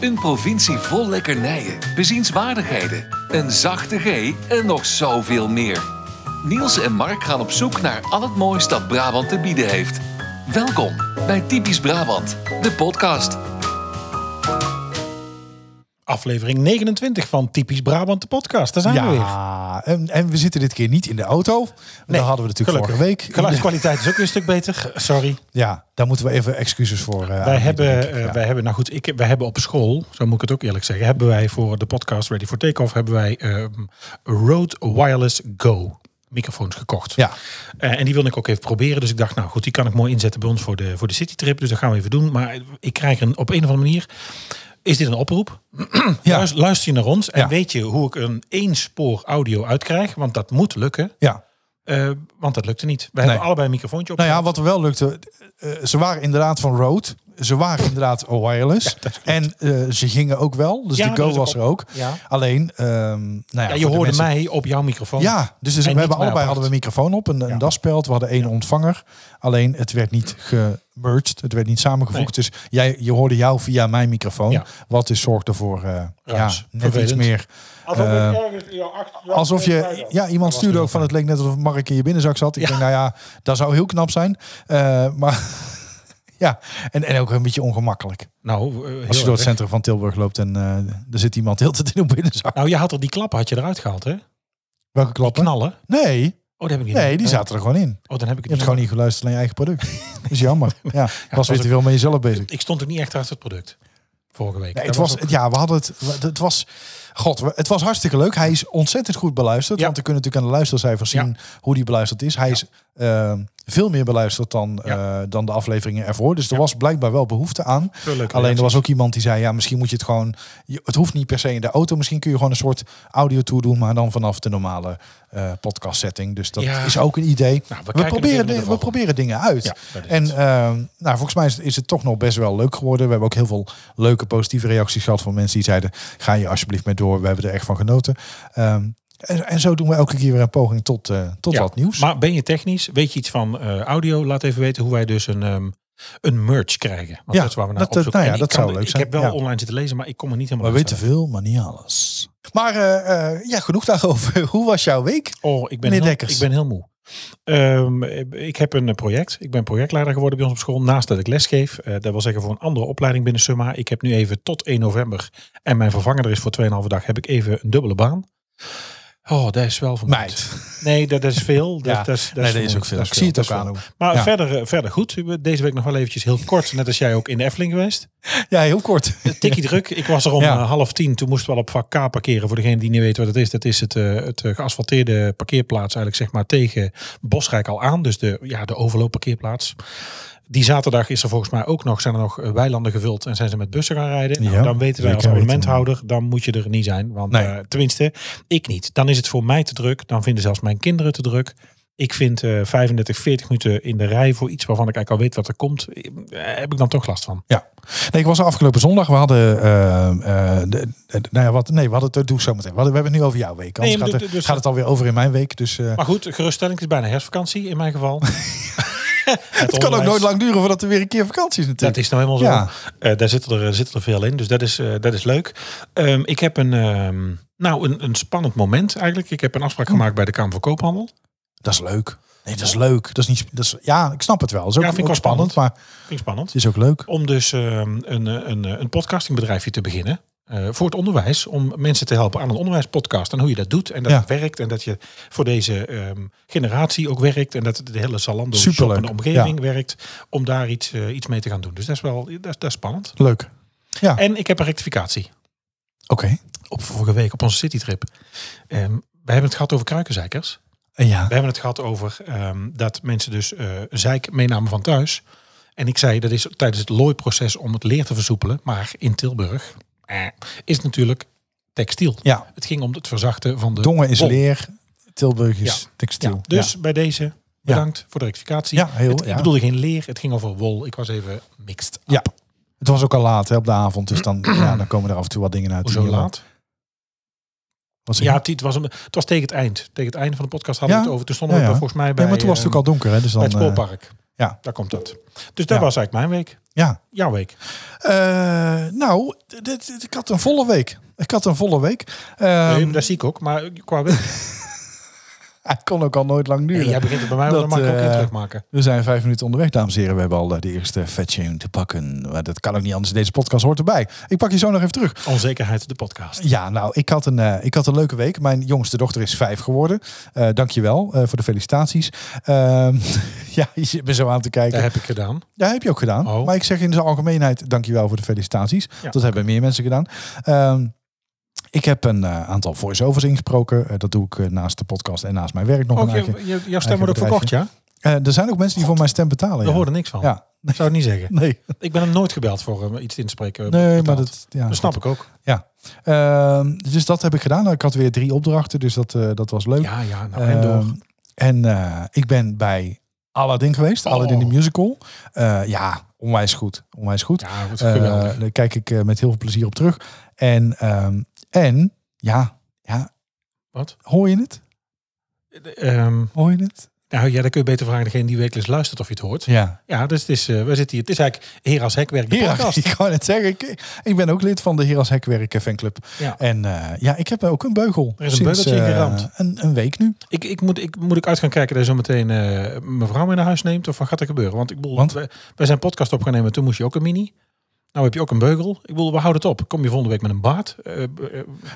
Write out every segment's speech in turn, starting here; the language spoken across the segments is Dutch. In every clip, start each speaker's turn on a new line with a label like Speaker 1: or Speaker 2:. Speaker 1: Een provincie vol lekkernijen, bezienswaardigheden, een zachte G en nog zoveel meer. Niels en Mark gaan op zoek naar al het moois dat Brabant te bieden heeft. Welkom bij Typisch Brabant, de podcast.
Speaker 2: Aflevering 29 van Typisch Brabant, de podcast. Daar zijn we Ah, weer.
Speaker 3: Ja, en, en we zitten dit keer niet in de auto.
Speaker 2: Nee,
Speaker 3: daar hadden we natuurlijk
Speaker 2: gelukkig.
Speaker 3: vorige week.
Speaker 2: Geluidskwaliteit is ook weer een stuk beter. Sorry.
Speaker 3: Ja, daar moeten we even excuses voor. eh,
Speaker 2: Wij
Speaker 3: aanbieden,
Speaker 2: hebben,
Speaker 3: denk ik,
Speaker 2: eh,
Speaker 3: ja.
Speaker 2: wij hebben, nou goed, ik, wij hebben op school, zo moet ik het ook eerlijk zeggen, hebben wij voor de podcast Ready for Takeoff, hebben wij ehm, Rode Wireless Go microfoons gekocht.
Speaker 3: Ja.
Speaker 2: Eh, en die wilde ik ook even proberen. Dus ik dacht, nou goed, die kan ik mooi inzetten bij ons voor de, voor de citytrip. Dus dat gaan we even doen. Maar ik krijg een, op een of andere manier, is dit een oproep?
Speaker 3: Ja.
Speaker 2: Luister, luister je naar ons en
Speaker 3: Ja.
Speaker 2: weet je hoe ik een één spoor audio uitkrijg? Want dat moet lukken.
Speaker 3: ja.
Speaker 2: Eh, want dat lukte niet. Wij
Speaker 3: Nee.
Speaker 2: hebben allebei een microfoontje op.
Speaker 3: Nou ja, wat er wel lukte, eh, ze waren inderdaad van Rode. Ze waren inderdaad wireless. en eh, ze gingen ook wel. Dus
Speaker 2: Ja,
Speaker 3: de
Speaker 2: dat
Speaker 3: Go
Speaker 2: is ook
Speaker 3: was er ook.
Speaker 2: Ja.
Speaker 3: Alleen, ehm, nou ja,
Speaker 2: Ja,
Speaker 3: voor
Speaker 2: je
Speaker 3: de
Speaker 2: hoorde
Speaker 3: mensen-
Speaker 2: mij op jouw microfoon.
Speaker 3: Ja, dus, dus
Speaker 2: En
Speaker 3: we
Speaker 2: Oh. niet
Speaker 3: hebben
Speaker 2: mij
Speaker 3: allebei
Speaker 2: apart.
Speaker 3: hadden we een microfoon op, een, een
Speaker 2: Ja.
Speaker 3: daspeld. We hadden één ontvanger. Alleen het werd niet gemerged. Het werd niet samengevoegd. Dus jij, je hoorde jou via mijn microfoon.
Speaker 2: Ja.
Speaker 3: Wat dus zorgde voor eh, ja,
Speaker 2: Raars.
Speaker 3: net
Speaker 2: Vervelend.
Speaker 3: iets meer. eh, alsof je, ja, iemand stuurde ook van het leek net alsof Mark in je binnenzak zat. Ik
Speaker 2: Ja.
Speaker 3: denk, nou ja, dat zou heel knap zijn. Eh, maar ja, en, en ook een beetje ongemakkelijk.
Speaker 2: Nou, eh, heel
Speaker 3: Als je door het
Speaker 2: erg.
Speaker 3: centrum van Tilburg loopt en eh, er zit iemand heel de tijd in een binnenzak.
Speaker 2: Nou, je had er die klappen had je eruit gehaald, hè?
Speaker 3: Welke klappen?
Speaker 2: Knallen.
Speaker 3: Nee,
Speaker 2: Oh, dat heb ik niet.
Speaker 3: nee, die zaten er gewoon in.
Speaker 2: Oh, dan heb ik het
Speaker 3: Je hebt
Speaker 2: niet.
Speaker 3: gewoon niet geluisterd naar je eigen product. Dat is jammer. Ja, was
Speaker 2: was
Speaker 3: weer te veel met jezelf bezig.
Speaker 2: Ik stond ook niet echt achter het product vorige week.
Speaker 3: Nee,
Speaker 2: Dat
Speaker 3: het was,
Speaker 2: ook-
Speaker 3: ja, we hadden het. Het was, god, we- het was hartstikke leuk. Hij is ontzettend goed beluisterd.
Speaker 2: Ja.
Speaker 3: Want we kunnen natuurlijk aan de luistercijfers zien hoe die beluisterd is. Hij is eh, veel meer beluisterd dan,
Speaker 2: Ja.
Speaker 3: eh, dan de afleveringen ervoor. Dus er was blijkbaar wel behoefte aan.
Speaker 2: Veel leuke
Speaker 3: Alleen er
Speaker 2: reacties.
Speaker 3: was ook iemand die zei: ja, misschien moet je het gewoon. je- Het hoeft niet per se in de auto. Misschien kun je gewoon een soort audio tour doen, maar dan vanaf de normale eh, podcast setting. Dus dat
Speaker 2: Ja.
Speaker 3: is ook een idee.
Speaker 2: Nou, we
Speaker 3: we,
Speaker 2: kijken er
Speaker 3: proberen,
Speaker 2: tegen
Speaker 3: di-
Speaker 2: de
Speaker 3: we
Speaker 2: volgende.
Speaker 3: proberen dingen uit.
Speaker 2: Ja, dat is
Speaker 3: en
Speaker 2: het.
Speaker 3: ehm, nou, volgens mij is, is het toch nog best wel leuk geworden. We hebben ook heel veel leuke positieve reacties gehad van mensen die zeiden: ga je alsjeblieft mee door. We hebben er echt van genoten. Ehm, en, en zo doen we elke keer weer een poging tot, eh, tot
Speaker 2: Ja.
Speaker 3: wat nieuws.
Speaker 2: Maar ben je technisch? Weet je iets van eh, audio? Laat even weten hoe wij dus een, ehm, een merch krijgen. Want
Speaker 3: Ja,
Speaker 2: dat is waar we naar
Speaker 3: dat-
Speaker 2: op zoek.
Speaker 3: nou ja,
Speaker 2: En ik
Speaker 3: dat
Speaker 2: kan-
Speaker 3: zou leuk zijn,
Speaker 2: Ik heb wel
Speaker 3: ja.
Speaker 2: online zitten lezen, maar ik kom er niet helemaal
Speaker 3: we
Speaker 2: uit.
Speaker 3: weten veel, maar niet alles. Maar eh, eh, ja, genoeg daarover. Hoe was jouw week?
Speaker 2: Oh, ik ben,
Speaker 3: Meneer
Speaker 2: heel,
Speaker 3: Dekkers.
Speaker 2: ik ben heel moe. Ehm, ik heb een project. Ik ben projectleider geworden bij ons op school. Naast dat ik lesgeef. Eh, dat wil zeggen voor een andere opleiding binnen Summa. Ik heb nu even tot 1 november. En mijn vervanger er is voor 2,5 dag. Heb ik even een dubbele baan. Oh, dat is wel vermoeiend.
Speaker 3: Meid.
Speaker 2: Nee, dat, dat is veel. Dat,
Speaker 3: Ja.
Speaker 2: dat is, dat
Speaker 3: Nee, dat is
Speaker 2: vermoeiend.
Speaker 3: ook veel.
Speaker 2: Dat
Speaker 3: Ik zie het
Speaker 2: dat
Speaker 3: ook
Speaker 2: is
Speaker 3: aan
Speaker 2: veel.
Speaker 3: hoe-
Speaker 2: Maar
Speaker 3: Ja.
Speaker 2: verder, eh, verder goed. Ik ben Deze week nog wel eventjes heel kort. Net als jij ook in de Efteling geweest.
Speaker 3: Ja, heel kort.
Speaker 2: Tikkie druk. Ik was er om
Speaker 3: Ja.
Speaker 2: eh, half tien. Toen moesten we al op vak K parkeren. Voor degene die niet weet wat het is. Dat is het, eh, het eh, geasfalteerde parkeerplaats eigenlijk zeg maar tegen Bosrijk al aan. Dus de, ja, de overloopparkeerplaats. Die zaterdag is er volgens mij ook nog, zijn er nog eh, weilanden gevuld en zijn ze met bussen gaan rijden. Nou,
Speaker 3: Ja,
Speaker 2: dan weten wij als
Speaker 3: zeker weten.
Speaker 2: abonnementhouder, dan moet je er niet zijn. Want
Speaker 3: Nee.
Speaker 2: eh, tenminste, ik niet. Dan is het voor mij te druk. Dan vinden zelfs mijn kinderen te druk. Ik vind eh 35, 40 minuten in de rij voor iets waarvan ik eigenlijk al weet wat er komt, eh, heb ik dan toch last van.
Speaker 3: Ja. Nee, ik was er afgelopen zondag. We hadden. eh, eh, de, de- nou ja, wat, nee, we hadden het. Doe ik zo meteen. We, hadden- we hebben het nu over jouw week. Anders
Speaker 2: maar
Speaker 3: gaat,
Speaker 2: dit-
Speaker 3: het-
Speaker 2: dit- dus-
Speaker 3: gaat het alweer over in mijn week. Dus eh,
Speaker 2: Maar goed, geruststelling het is bijna herfstvakantie in mijn geval. het
Speaker 3: het kan ook nooit lang duren voordat er weer een keer vakantie is.
Speaker 2: Dat
Speaker 3: Natuurlijk.
Speaker 2: is nou helemaal zo.
Speaker 3: Ja.
Speaker 2: Eh, daar zitten er, zitten er veel in, dus dat is, eh, dat is leuk. Ehm, ik heb een, ehm, nou, een, een spannend moment eigenlijk. Ik heb een
Speaker 3: Oh.
Speaker 2: afspraak gemaakt bij de Kamer van Koophandel.
Speaker 3: Dat is leuk. Nee, dat is leuk. Dat is niet. Dat is, ja, ik snap het wel. Dat is ook,
Speaker 2: Ja, vind ik
Speaker 3: ook
Speaker 2: wel spannend.
Speaker 3: maar
Speaker 2: Klinkt spannend.
Speaker 3: het is ook leuk.
Speaker 2: Om dus ehm, een, eh, een, eh, een podcastingbedrijfje te beginnen. eh, voor het onderwijs, om mensen te helpen aan een onderwijspodcast. En hoe je dat doet en dat
Speaker 3: Ja.
Speaker 2: het werkt. En dat je voor deze ehm, generatie ook werkt. En dat de hele Zalando shop
Speaker 3: Superleuk,
Speaker 2: en de omgeving werkt. Om daar iets, eh, iets mee te gaan doen. Dus dat is wel dat, is- dat is spannend.
Speaker 3: Leuk. Ja. Oké.
Speaker 2: En ik heb een rectificatie. Op vorige week op onze citytrip. Ehm, we hebben het gehad over kruikenzeikers.
Speaker 3: En Ja.
Speaker 2: We hebben het gehad over ehm, dat mensen dus eh, zeik meenamen van thuis. En ik zei, dat is tijdens het looiproces om het leer te versoepelen. Maar in Tilburg eh, is het natuurlijk textiel.
Speaker 3: Ja.
Speaker 2: Het ging om het verzachten van de...
Speaker 3: Dongen is
Speaker 2: wol.
Speaker 3: leer. Tilburg is textiel.
Speaker 2: Ja, dus bij deze bedankt voor de rectificatie.
Speaker 3: Ja, heel,
Speaker 2: het, Ik
Speaker 3: ja.
Speaker 2: bedoelde geen leer, het ging over wol. Ik was even mixed up.
Speaker 3: Ja. Het was ook al laat hè, op de avond. Dus dan, ja, dan komen er af en toe wat dingen uit. die
Speaker 2: Hoezo
Speaker 3: heel-
Speaker 2: laat?
Speaker 3: Wat zeg je?
Speaker 2: Ja, het- het was, een, het was tegen het eind. Tegen het einde van de podcast hadden we
Speaker 3: Ja?
Speaker 2: het over. Toen stonden
Speaker 3: Ja,
Speaker 2: we
Speaker 3: ja.
Speaker 2: volgens mij bij,
Speaker 3: Nee, maar toen was het
Speaker 2: ehm,
Speaker 3: ook al donker. Hè, dus dan,
Speaker 2: bij het
Speaker 3: eh,
Speaker 2: spoorpark.
Speaker 3: Ja.
Speaker 2: Daar komt dat. Dus dat
Speaker 3: Ja.
Speaker 2: was eigenlijk mijn week.
Speaker 3: Ja.
Speaker 2: Jouw week.
Speaker 3: Eh, nou, dit, dit- ik had een volle week. Ik had een volle week. Ehm,
Speaker 2: nee, dat zie ik ook. Maar qua week.
Speaker 3: Hij kon ook al nooit lang duren.
Speaker 2: jij begint het bij mij, maar dan
Speaker 3: Dat,
Speaker 2: mag ik ook in
Speaker 3: eh,
Speaker 2: terugmaken.
Speaker 3: We zijn vijf minuten onderweg, dames en heren. We hebben al eh, de eerste vetje te pakken. Maar dat kan ook niet anders. Deze podcast hoort erbij. Ik pak je zo nog even terug.
Speaker 2: Onzekerheid, de podcast.
Speaker 3: Ja, nou, ik had, een, eh, ik had een leuke week. Mijn jongste dochter is vijf geworden. Eh dankjewel eh voor de felicitaties. Ehm, ja, je zit me zo aan te kijken.
Speaker 2: Dat heb ik gedaan.
Speaker 3: Ja, heb je ook gedaan.
Speaker 2: Oh.
Speaker 3: Maar ik zeg in zijn algemeenheid, dankjewel voor de felicitaties.
Speaker 2: Ja.
Speaker 3: Dat hebben meer mensen gedaan. Ehm, ik heb een eh, aantal voice-overs ingesproken. Eh, dat doe ik eh, naast de podcast en naast mijn werk nog een
Speaker 2: Oh,
Speaker 3: eigen.
Speaker 2: je, je, jouw stem wordt ook verkocht,
Speaker 3: bedrijfje.
Speaker 2: ja?
Speaker 3: Eh, er zijn ook mensen die voor mijn stem betalen.
Speaker 2: Daar
Speaker 3: ja.
Speaker 2: hoorde niks van.
Speaker 3: Ja.
Speaker 2: Ik zou het niet zeggen.
Speaker 3: Nee,
Speaker 2: Ik ben hem nooit gebeld voor eh, iets in te spreken. eh,
Speaker 3: nee maar
Speaker 2: betaald.
Speaker 3: dat... Ja,
Speaker 2: dat snap ik ook.
Speaker 3: Ehm, dus dat heb ik gedaan. Nou, Ik had weer drie opdrachten, dus dat, eh, dat was leuk.
Speaker 2: Ja, ja. Nou, en door.
Speaker 3: Ehm, en eh, ik ben bij Aladdin geweest.
Speaker 2: Oh.
Speaker 3: Aladdin de musical. Eh, ja, onwijs goed. Onwijs goed.
Speaker 2: Ja, wat
Speaker 3: Eh,
Speaker 2: geweldig.
Speaker 3: daar kijk ik eh, met heel veel plezier op terug. En, ehm, en ja, ja.
Speaker 2: Wat?
Speaker 3: Hoor je het?
Speaker 2: Ehm,
Speaker 3: Hoor je het?
Speaker 2: nou ja, dan kun je beter vragen aan degene die wekelijks luistert of je het hoort.
Speaker 3: Ja.
Speaker 2: Ja, dus het is, eh, we zitten hier. Het is eigenlijk Hera's Hekwerk, de
Speaker 3: Hier,
Speaker 2: podcast.
Speaker 3: ik kan het zeggen. Ik, ik ben ook lid van de Heras Hekwerken fanclub.
Speaker 2: Ja.
Speaker 3: En eh, ja, ik heb ook een beugel.
Speaker 2: Er is een
Speaker 3: sinds,
Speaker 2: beugeltje
Speaker 3: eh,
Speaker 2: geramd.
Speaker 3: Een, een week nu.
Speaker 2: Ik, ik, moet, ik moet ik uit gaan kijken dat je zometeen eh mevrouw mee naar huis neemt. Of wat gaat er gebeuren? Want ik bedoel,
Speaker 3: Want?
Speaker 2: Wij, wij zijn podcast op gaan nemen. Toen moest je ook een mini. Nou heb je ook een beugel. Ik bedoel, we houden het op. Kom je volgende week met een baard? Eh, eh,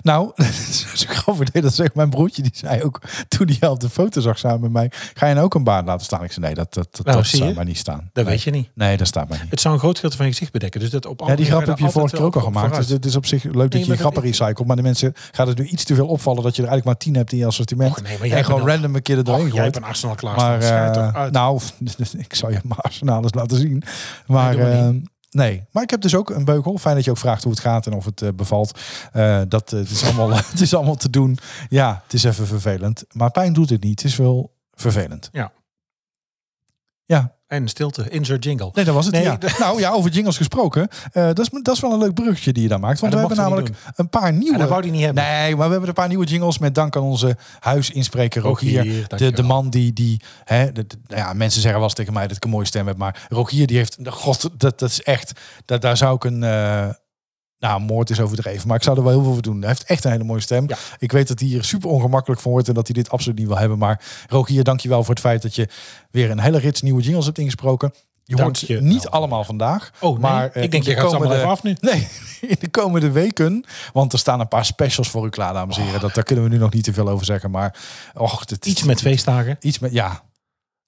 Speaker 3: Nou, dat is een grappig idee. Dat zegt mijn broertje. Die zei ook toen hij al op de foto zag samen met mij. Ga je nou ook een baan laten staan? Ik zei nee, dat, dat, dat,
Speaker 2: Nou,
Speaker 3: dat
Speaker 2: zie
Speaker 3: staat
Speaker 2: je.
Speaker 3: maar niet staan.
Speaker 2: dat
Speaker 3: nee.
Speaker 2: weet je niet.
Speaker 3: Nee, dat staat maar niet.
Speaker 2: Het zou een groot gedeelte van je gezicht bedekken. Dus dat op
Speaker 3: Ja,
Speaker 2: andere
Speaker 3: die grap
Speaker 2: manieren
Speaker 3: heb je
Speaker 2: altijd
Speaker 3: vorige keer
Speaker 2: wel
Speaker 3: ook al
Speaker 2: op- op
Speaker 3: gemaakt. Dus
Speaker 2: vooruit.
Speaker 3: het is op zich leuk dat
Speaker 2: Nee,
Speaker 3: je je
Speaker 2: maar dat-
Speaker 3: grappen recycelt. Maar de mensen gaat het nu iets te veel opvallen dat je er eigenlijk maar tien hebt in je assortiment.
Speaker 2: Och, Oh, nee, maar jij
Speaker 3: en Dus gewoon
Speaker 2: bent dan-
Speaker 3: random een keer er
Speaker 2: Och,
Speaker 3: doorheen
Speaker 2: jij
Speaker 3: gooit.
Speaker 2: hebt een Arsenal klaar.
Speaker 3: Maar
Speaker 2: Schijt
Speaker 3: eh,
Speaker 2: toch uit.
Speaker 3: nou, ik zal je mijn arsenaal eens laten zien. Maar
Speaker 2: Nee, doe maar
Speaker 3: eh, nee, maar ik heb dus ook een beugel. Fijn dat je ook vraagt hoe het gaat en of het eh, bevalt. Eh, dat eh, het is allemaal, het is allemaal te doen. Ja, het is even vervelend. Maar pijn doet het niet. Het is wel vervelend.
Speaker 2: En stilte. Insert jingle.
Speaker 3: Nee, dat was het.
Speaker 2: Nee,
Speaker 3: ja.
Speaker 2: dat-
Speaker 3: Nou ja, over jingles gesproken. eh, dat, is, dat is wel een leuk bruggetje die je daar maakt. Want we
Speaker 2: Maar dat
Speaker 3: hebben
Speaker 2: mochten we
Speaker 3: namelijk
Speaker 2: niet
Speaker 3: een paar
Speaker 2: En dat
Speaker 3: nieuwe.
Speaker 2: wou hij niet hebben.
Speaker 3: Nee, maar we hebben een paar nieuwe jingles met dank aan onze huisinspreker Rogier. De,
Speaker 2: dankjewel.
Speaker 3: de man die, die hè, de, de- nou ja, mensen zeggen wel eens tegen mij dat ik een mooie stem heb, maar Rogier die heeft, god, dat, dat is echt, dat, daar zou ik een, eh, nou, moord is overdreven, maar ik zou er wel heel veel voor doen. Hij heeft echt een hele mooie stem.
Speaker 2: Ja.
Speaker 3: Ik weet dat hij hier super ongemakkelijk van wordt en dat hij dit absoluut niet wil hebben, maar Rogier, dankjewel voor het feit dat je weer een hele rits nieuwe jingles hebt ingesproken. Je hoort ze
Speaker 2: Dankjewel.
Speaker 3: niet allemaal vandaag,
Speaker 2: Oh, nee.
Speaker 3: maar eh,
Speaker 2: ik denk,
Speaker 3: in
Speaker 2: je
Speaker 3: de
Speaker 2: gaat ze allemaal
Speaker 3: komende-
Speaker 2: even af nu.
Speaker 3: Nee, in de komende weken. Want er staan een paar specials voor u klaar, dames en heren. Dat, daar kunnen we nu nog niet te veel over zeggen. Maar och, dit,
Speaker 2: Oh. Iets met feestdagen.
Speaker 3: Iets met, ja.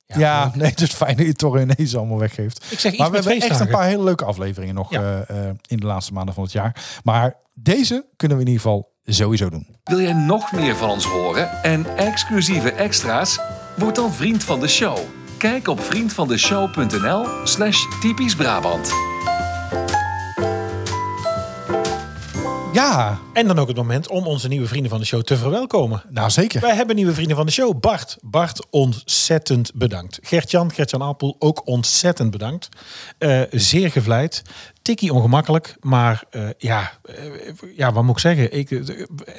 Speaker 3: Ja, nee, dus fijn dat je Torre ineens allemaal weggeeft.
Speaker 2: Ik zeg iets
Speaker 3: maar we
Speaker 2: met
Speaker 3: hebben echt
Speaker 2: feestdagen.
Speaker 3: een paar hele leuke afleveringen nog
Speaker 2: Ja.
Speaker 3: eh, eh, in de laatste maanden van het jaar. Maar deze kunnen we in ieder geval sowieso doen.
Speaker 1: Wil jij nog meer van ons horen en exclusieve extra's? Word dan vriend van de show. Kijk op vriendvandeshow.nl slash typisch Brabant.
Speaker 3: Ja,
Speaker 2: En dan ook het moment om onze nieuwe vrienden van de show te verwelkomen.
Speaker 3: nou zeker.
Speaker 2: Wij hebben nieuwe vrienden van de show. Bart. Bart, ontzettend bedankt. Gert-Jan, Gert-Jan Apel, ook ontzettend bedankt. Eh, zeer gevleid. Tikkie ongemakkelijk. Maar eh, ja, eh, ja, wat moet ik zeggen? Ik, eh,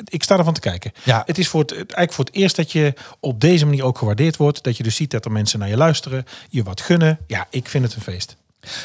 Speaker 2: ik sta ervan te kijken.
Speaker 3: Ja.
Speaker 2: Het is voor het, eigenlijk voor het eerst dat je op deze manier ook gewaardeerd wordt. Dat je dus ziet dat er mensen naar je luisteren. Je wat gunnen. Ja, ik vind het een feest.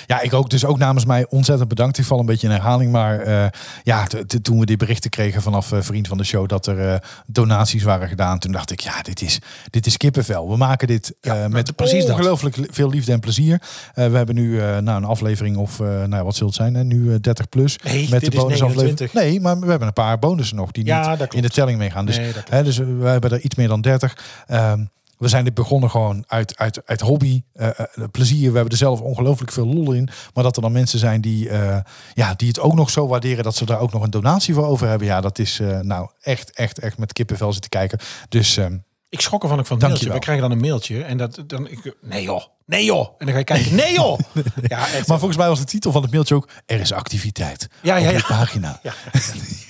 Speaker 3: Ja, ik ook. Dus ook namens mij ontzettend bedankt. Ik val een beetje in herhaling. Maar eh, ja, t- t- toen we die berichten kregen vanaf eh, vriend van de show dat er eh, donaties waren gedaan. Toen dacht ik, ja, dit is, dit is kippenvel. We maken dit eh, met
Speaker 2: precies dat.
Speaker 3: ongelooflijk li- veel liefde en plezier. Eh, we hebben nu eh nou, een aflevering of, eh, nou, ja, wat zult het zijn? Hè? Nu eh, 30 plus.
Speaker 2: Nee, dit is 29.
Speaker 3: Nee, maar we hebben een paar bonussen nog die
Speaker 2: Ja, dat
Speaker 3: niet
Speaker 2: klopt.
Speaker 3: in de telling meegaan. Dus,
Speaker 2: Nee, dat klopt.
Speaker 3: hè, dus we hebben er iets meer dan 30. Ehm, we zijn dit begonnen gewoon uit, uit, uit hobby, eh, eh, plezier. We hebben er zelf ongelooflijk veel lol in. Maar dat er dan mensen zijn die, eh, ja, die het ook nog zo waarderen dat ze daar ook nog een donatie voor over hebben. Ja, dat is eh, nou echt, echt, echt met kippenvel zitten kijken. Dus ehm,
Speaker 2: Ik schrok ervan ook van het
Speaker 3: Dank je
Speaker 2: mailtje. We krijgen
Speaker 3: wel.
Speaker 2: dan een mailtje. En dat, dan, ik, nee joh. Nee joh. En dan ga je kijken. Nee joh. Ja, echt.
Speaker 3: Maar volgens mij was de titel van het mailtje ook: Er is activiteit.
Speaker 2: Ja, ja,
Speaker 3: op
Speaker 2: ja.
Speaker 3: de pagina.
Speaker 2: Ja.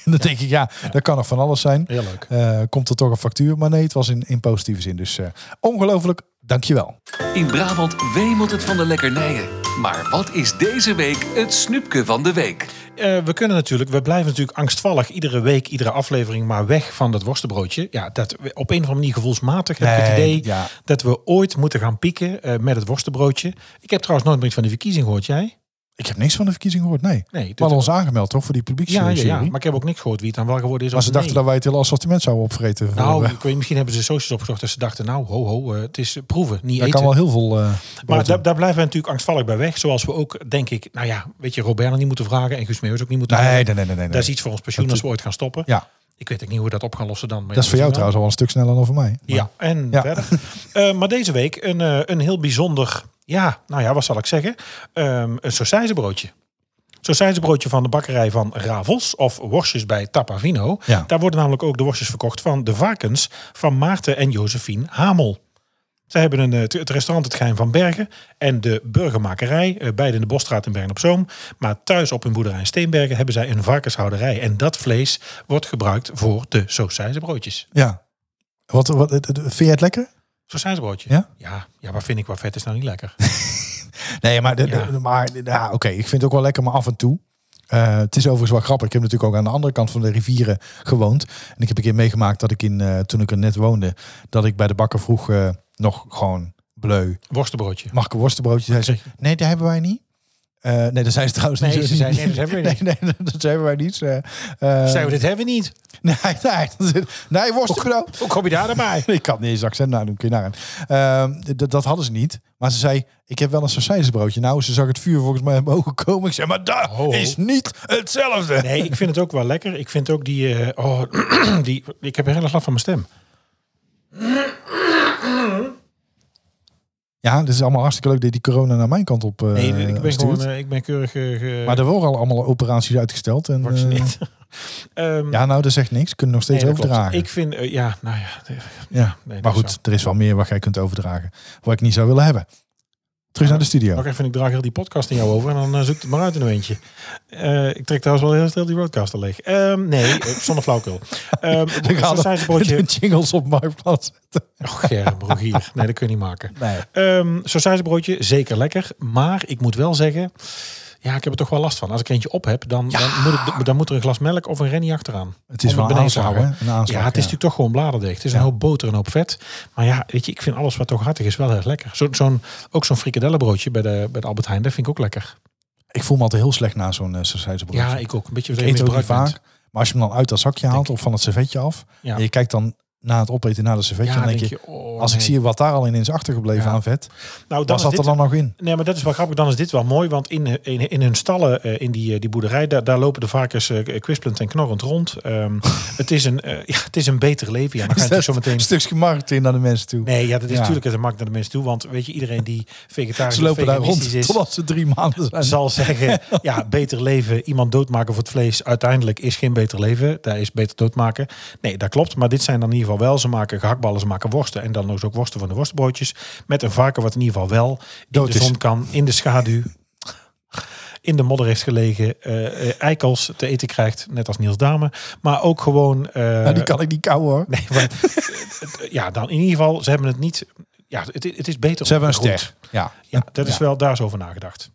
Speaker 3: En dan denk ik, ja, dat kan nog van alles zijn.
Speaker 2: Heel leuk.
Speaker 3: Eh, komt er toch een factuur? Maar nee, het was in, in positieve zin. Dus eh, ongelooflijk Dankjewel.
Speaker 1: In Brabant wemelt het van de lekkernijen. Maar wat is deze week het snoepje van de week?
Speaker 2: Eh, we kunnen natuurlijk, we blijven natuurlijk angstvallig iedere week, iedere aflevering, maar weg van dat worstenbroodje. Ja, dat we op een of andere manier gevoelsmatig heb ik het
Speaker 3: Nee,
Speaker 2: idee
Speaker 3: ja.
Speaker 2: dat we ooit moeten gaan pieken eh, met het worstenbroodje. Ik heb trouwens nooit meer iets van die verkiezing gehoord, jij?
Speaker 3: Ik heb niks van de verkiezing gehoord, nee.
Speaker 2: Nee,
Speaker 3: We hadden ons aangemeld, toch, voor die publieksjury.
Speaker 2: ja, ja, ja, maar ik heb ook niks gehoord wie het dan wel geworden is.
Speaker 3: Maar
Speaker 2: of
Speaker 3: ze dachten
Speaker 2: nee.
Speaker 3: dat wij het hele assortiment zouden opvreten.
Speaker 2: Nou,
Speaker 3: Voor, eh,
Speaker 2: ik weet, misschien hebben ze socials opgezocht dat ze dachten, nou, ho, ho, eh, het is proeven, niet
Speaker 3: daar
Speaker 2: eten.
Speaker 3: kan wel heel veel... eh,
Speaker 2: Maar
Speaker 3: brood in.
Speaker 2: daar, daar blijven we natuurlijk angstvallig bij weg. Zoals we ook, denk ik, nou ja, weet je, Robert niet moeten vragen en Guus Meeuwis ook niet moeten
Speaker 3: Nee, nee,
Speaker 2: vragen.
Speaker 3: nee, nee. nee, nee.
Speaker 2: Dat is iets voor ons pensioen
Speaker 3: Dat
Speaker 2: als we ooit gaan stoppen.
Speaker 3: Ja,
Speaker 2: Ik weet ook niet hoe we dat op gaan lossen dan. maar
Speaker 3: dat
Speaker 2: ja,
Speaker 3: is voor jou
Speaker 2: we zien wel.
Speaker 3: trouwens al een stuk sneller dan voor mij. Maar-
Speaker 2: Ja, en
Speaker 3: Ja.
Speaker 2: verder. Eh, maar deze week een, eh, een heel bijzonder, ja, nou ja, wat zal ik zeggen? Ehm een sausijzenbroodje. Sausijzenbroodje van de bakkerij van Ravels of worstjes bij Tapavino.
Speaker 3: Ja.
Speaker 2: Daar worden namelijk ook de worstjes verkocht van de varkens van Maarten en Josephine Hamel. Zij hebben een, eh, t- het restaurant Het Geheim van Bergen en de Burgermakerij, eh, beide in de Bosstraat in Bergen op Zoom. Maar thuis op hun boerderij in Steenbergen hebben zij een varkenshouderij. En dat vlees wordt gebruikt voor de sausijzenbroodjes.
Speaker 3: Ja. Wat, wat, het- het- vind jij het lekker?
Speaker 2: Sausijzenbroodje?
Speaker 3: Ja?
Speaker 2: ja? Ja, maar vind ik wat vet is nou niet lekker.
Speaker 3: Nee, maar, de- de-
Speaker 2: Ja.
Speaker 3: maar de- ja, oké, ik vind het ook wel lekker, maar af en toe. Eh, het is overigens wel grappig. Ik heb natuurlijk ook aan de andere kant van de rivieren gewoond. En ik heb een keer meegemaakt dat ik in, eh, toen ik er net woonde, dat ik bij de bakker vroeg eh, nog gewoon bleu.
Speaker 2: Worstenbroodje.
Speaker 3: Mag ik een worstenbroodje? Zei ze, nee, die hebben wij niet. Eh, nee, dat zei ze trouwens
Speaker 2: Nee,
Speaker 3: niet.
Speaker 2: ze zei, nee, dat hebben we niet.
Speaker 3: Nee, nee, dat hebben wij niet. Eh, eh,
Speaker 2: Zijn we dit hebben we niet?
Speaker 3: Nee, nee, dat is- nee worstenbrood.
Speaker 2: Hoe kom je daar dan bij?
Speaker 3: Ik kan niet eens accent nadoen, kun je nagaan. Ehm, d- dat hadden ze niet. Maar ze zei, ik heb wel een sausijzenbroodje. Nou, ze zag het vuur volgens mij omhoog komen. Ik zei, maar dat
Speaker 2: Ho, ho.
Speaker 3: is niet hetzelfde.
Speaker 2: Oh. Nee, ik vind het ook wel lekker. Ik vind ook die... eh, oh, die ik heb heel erg last van mijn stem.
Speaker 3: Ja, dit is allemaal hartstikke leuk dat die corona naar mijn kant op eh
Speaker 2: Nee, ik ben
Speaker 3: stuurt.
Speaker 2: gewoon... eh, ik ben keurig... eh, ge-
Speaker 3: maar er worden al allemaal operaties uitgesteld. En,
Speaker 2: gevaccineerd.
Speaker 3: eh,
Speaker 2: Ehm,
Speaker 3: ja, nou, dat zegt niks. Kunnen nog steeds
Speaker 2: nee, dat klopt.
Speaker 3: overdragen.
Speaker 2: Ik vind... eh, ja, nou ja. nee,
Speaker 3: ja.
Speaker 2: dat
Speaker 3: maar
Speaker 2: is
Speaker 3: goed,
Speaker 2: zo.
Speaker 3: er is wel meer wat jij kunt overdragen. Wat ik niet zou willen hebben. Terug naar de studio.
Speaker 2: Nog even, ik draag heel die podcast in jou over en dan eh, zoek het maar uit in een eentje. Eh, ik trek trouwens wel heel snel die roadcaster leeg. Ehm, nee, eh, zonder flauwkul. Um,
Speaker 3: We gaan
Speaker 2: sausijzenbroodje...
Speaker 3: de jingles op mijn plaats zetten.
Speaker 2: Och, Gerben, Rogier. Nee, dat kun je niet maken.
Speaker 3: Nee.
Speaker 2: Ehm sausijzenbroodje, zeker lekker. Maar ik moet wel zeggen, ja, ik heb er toch wel last van. Als ik eentje op heb, dan, dan, moet, ik, dan moet er een glas melk of een rennie achteraan.
Speaker 3: Het is
Speaker 2: Om
Speaker 3: wel een
Speaker 2: beneden te
Speaker 3: aanslag,
Speaker 2: houden.
Speaker 3: hè? Een aanslag,
Speaker 2: ja, het is
Speaker 3: ja.
Speaker 2: natuurlijk toch gewoon bladerdeeg. Het is een hoop boter en een hoop vet. Maar ja, weet je, ik vind alles wat toch hartig is wel heel erg lekker. Zo, zo'n, ook zo'n frikadellenbroodje bij de, bij de Albert Heijn, dat vind ik ook lekker.
Speaker 3: Ik voel me altijd heel slecht na zo'n uh, sausijzenbroodje.
Speaker 2: Ja, ik ook. Een beetje
Speaker 3: Ik eet ook niet
Speaker 2: misbruikt bent.
Speaker 3: vaak. Maar als je hem dan uit dat zakje haalt of van het servetje af.
Speaker 2: Ja.
Speaker 3: En je kijkt dan na het opeten naar dat servetje.
Speaker 2: Ja,
Speaker 3: dan denk,
Speaker 2: denk
Speaker 3: je,
Speaker 2: je, oh,
Speaker 3: als ik
Speaker 2: nee.
Speaker 3: zie wat daar al in is achtergebleven
Speaker 2: Ja.
Speaker 3: aan vet.
Speaker 2: Nou, dan
Speaker 3: Wat
Speaker 2: is
Speaker 3: zat
Speaker 2: dit
Speaker 3: er dan nog in?
Speaker 2: Nee, maar dat is wel grappig. Dan is dit wel mooi. Want in, in, in hun stallen, eh, in die, eh, die boerderij, daar, daar lopen de varkens eh, kwispelend en knorrend rond. Ehm, het, is een, eh, ja, het is een beter leven. Ja, maar ga je natuurlijk zo meteen...
Speaker 3: Een stukje markt in naar de mensen toe.
Speaker 2: Nee, ja, dat is
Speaker 3: Ja.
Speaker 2: natuurlijk het markt naar de mensen toe. Want weet je, iedereen die vegetarisch
Speaker 3: ze
Speaker 2: of
Speaker 3: lopen daar rond
Speaker 2: veganistisch is...
Speaker 3: totdat ze drie maanden zijn.
Speaker 2: Zal zeggen, ja, beter leven, iemand doodmaken voor het vlees. Uiteindelijk is geen beter leven. Daar is beter doodmaken. Nee, dat klopt. Maar dit zijn dan in ieder geval wel. Ze maken gehaktballen, ze maken worsten. En dan nog eens ook worsten van de worstenbroodjes. Met een varken wat in ieder geval wel in
Speaker 3: Dood
Speaker 2: de
Speaker 3: is.
Speaker 2: zon kan, in de schaduw. In de modder heeft gelegen, eh, eh, eikels te eten krijgt, net als Niels Dame. Maar ook gewoon. eh,
Speaker 3: nou, die kan ik niet kauwen hoor.
Speaker 2: Nee, maar, ja, dan in ieder geval, ze hebben het niet. Ja, het, het is beter.
Speaker 3: Ze hebben een
Speaker 2: opgegroeid.
Speaker 3: ster. Ja.
Speaker 2: Ja, dat is wel, daar is over nagedacht.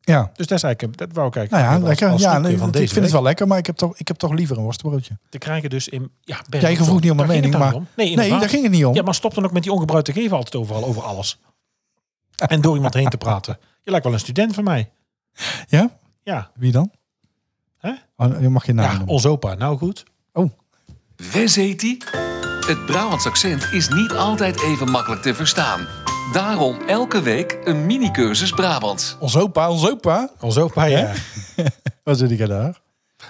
Speaker 3: Ja.
Speaker 2: Dus dat is eigenlijk, dat wou ik
Speaker 3: Nou
Speaker 2: eigenlijk
Speaker 3: ja,
Speaker 2: even als-
Speaker 3: lekker.
Speaker 2: als
Speaker 3: ja,
Speaker 2: snoepje
Speaker 3: nee,
Speaker 2: van
Speaker 3: ik
Speaker 2: deze
Speaker 3: vind het
Speaker 2: week.
Speaker 3: wel lekker, maar ik heb toch, ik heb toch liever een worstenbroodje.
Speaker 2: Te krijgen dus in, ja, ben
Speaker 3: Jij vroeg niet om mijn
Speaker 2: Daar ging
Speaker 3: mening,
Speaker 2: het dan niet
Speaker 3: maar...
Speaker 2: om. Nee,
Speaker 3: Nee,
Speaker 2: inderdaad.
Speaker 3: daar ging het niet om.
Speaker 2: Ja, maar stop dan ook met die ongebruikte geven altijd overal, over alles. En door iemand heen te praten. Je lijkt wel een student van mij.
Speaker 3: Ja?
Speaker 2: Ja,
Speaker 3: Wie dan?
Speaker 2: Hè?
Speaker 3: Oh, je mag je naam
Speaker 2: ja
Speaker 3: noemen.
Speaker 2: ons opa. Nou goed.
Speaker 3: Oh,
Speaker 1: Wes heet die? Het Brabants accent is niet altijd even makkelijk te verstaan. Daarom elke week een mini-cursus Brabants.
Speaker 3: ons opa, ons opa.
Speaker 2: Ons opa, ja.
Speaker 3: Wat zit ik er daar?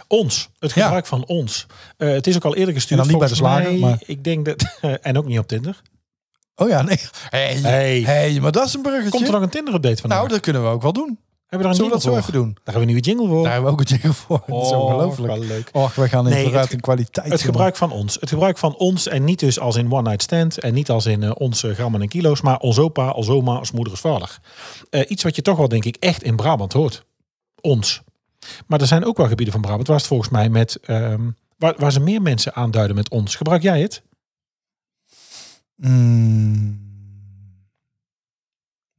Speaker 2: Ons. Het
Speaker 3: Ja.
Speaker 2: gebruik van ons. Eh, het is ook al eerder gestuurd.
Speaker 3: En dan niet bij de
Speaker 2: volgens
Speaker 3: slager,
Speaker 2: mij.
Speaker 3: maar-
Speaker 2: Ik denk dat... en ook niet op Tinder.
Speaker 3: Oh ja, nee. Hey,
Speaker 2: Hey.
Speaker 3: hey. maar dat is een bruggetje.
Speaker 2: Komt er nog een Tinder-update van?
Speaker 3: nou, dat kunnen we ook wel doen.
Speaker 2: hebben we daar een
Speaker 3: Zullen we dat
Speaker 2: jingle voor?
Speaker 3: zo even doen?
Speaker 2: Daar hebben we een nieuwe jingle voor.
Speaker 3: Daar hebben we ook een jingle voor. dat is
Speaker 2: Oh,
Speaker 3: ongelooflijk.
Speaker 2: wel leuk.
Speaker 3: Och, we gaan in
Speaker 2: Nee,
Speaker 3: vooruit
Speaker 2: het-
Speaker 3: in kwaliteit.
Speaker 2: Het gebruik van ons. Het gebruik van ons en niet dus als in one night stand en niet als in eh, onze grammen en kilo's, maar ons opa, als oma, als moeder, als vader. Eh, iets wat je toch wel denk ik echt in Brabant hoort. Ons. Maar er zijn ook wel gebieden van Brabant waar het volgens mij met ehm, waar, waar ze meer mensen aanduiden met ons. Gebruik jij het?
Speaker 3: jongen. Mm,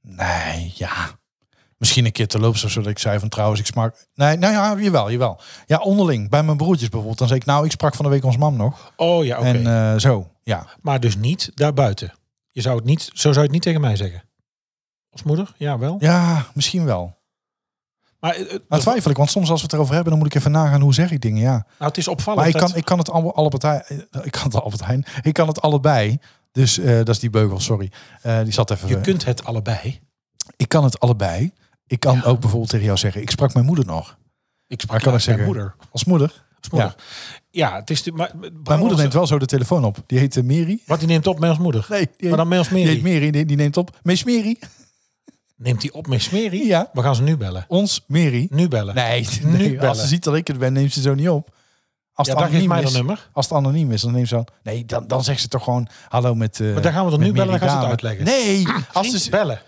Speaker 3: Nee, ja. Misschien een keer te loops of zo dat ik zei van trouwens, ik smaak... Nee, nou ja, jawel, jawel. Ja, onderling. Bij mijn broertjes bijvoorbeeld. Dan zei ik, nou, ik sprak van de week ons mam nog.
Speaker 2: Oh ja, oké.
Speaker 3: En eh, zo, ja.
Speaker 2: maar dus niet daarbuiten. Je zou het niet, zo zou je het niet tegen mij zeggen. Als moeder? Ja, wel.
Speaker 3: Ja, misschien wel.
Speaker 2: Maar eh, eh,
Speaker 3: Maar twijfel ik, want soms als we het erover hebben, dan moet ik even nagaan hoe zeg ik dingen, ja.
Speaker 2: nou, het is opvallend.
Speaker 3: Maar ik
Speaker 2: dat-
Speaker 3: kan, ik kan het alle, alle partij, eh, ik kan het Albert Heijn, ik kan het allebei. Dus eh, dat is die beugel, sorry. Eh, die zat even.
Speaker 2: je kunt het allebei.
Speaker 3: Ik kan het allebei. Ik kan ook bijvoorbeeld tegen jou zeggen, ik sprak mijn moeder nog.
Speaker 2: Ik
Speaker 3: Maar
Speaker 2: sprak
Speaker 3: ik
Speaker 2: laatst
Speaker 3: kan het zeggen.
Speaker 2: mijn moeder.
Speaker 3: Als moeder.
Speaker 2: Als moeder. Ja. het is... de- Maar,
Speaker 3: Mijn moeder neemt wel zo de telefoon op. Die heet eh, Meri.
Speaker 2: Wat die neemt op met als moeder?
Speaker 3: Nee, die heet,
Speaker 2: Maar dan met als
Speaker 3: die
Speaker 2: Mary.
Speaker 3: heet Meri. Die, die neemt op. Mees Meri.
Speaker 2: Neemt die op met Smerie?
Speaker 3: Ja.
Speaker 2: We gaan ze nu bellen.
Speaker 3: Ons Meri.
Speaker 2: Nu bellen.
Speaker 3: Nee,
Speaker 2: Nu
Speaker 3: nee, als ze
Speaker 2: bellen.
Speaker 3: ziet dat ik het ben, neemt ze zo niet op. Als
Speaker 2: Ja,
Speaker 3: het
Speaker 2: daar geeft
Speaker 3: anoniem
Speaker 2: mij dat
Speaker 3: is, eh,
Speaker 2: nummer.
Speaker 3: als het anoniem is, dan neemt ze dan. Nee, dan, dan zegt ze toch gewoon hallo met. eh,
Speaker 2: Maar daar gaan we dan
Speaker 3: met
Speaker 2: nu bellen, dan
Speaker 3: Meri
Speaker 2: gaan ze het
Speaker 3: Dame.
Speaker 2: uitleggen.
Speaker 3: Nee, als
Speaker 2: Als
Speaker 3: ze, Oh,
Speaker 2: ze bellen.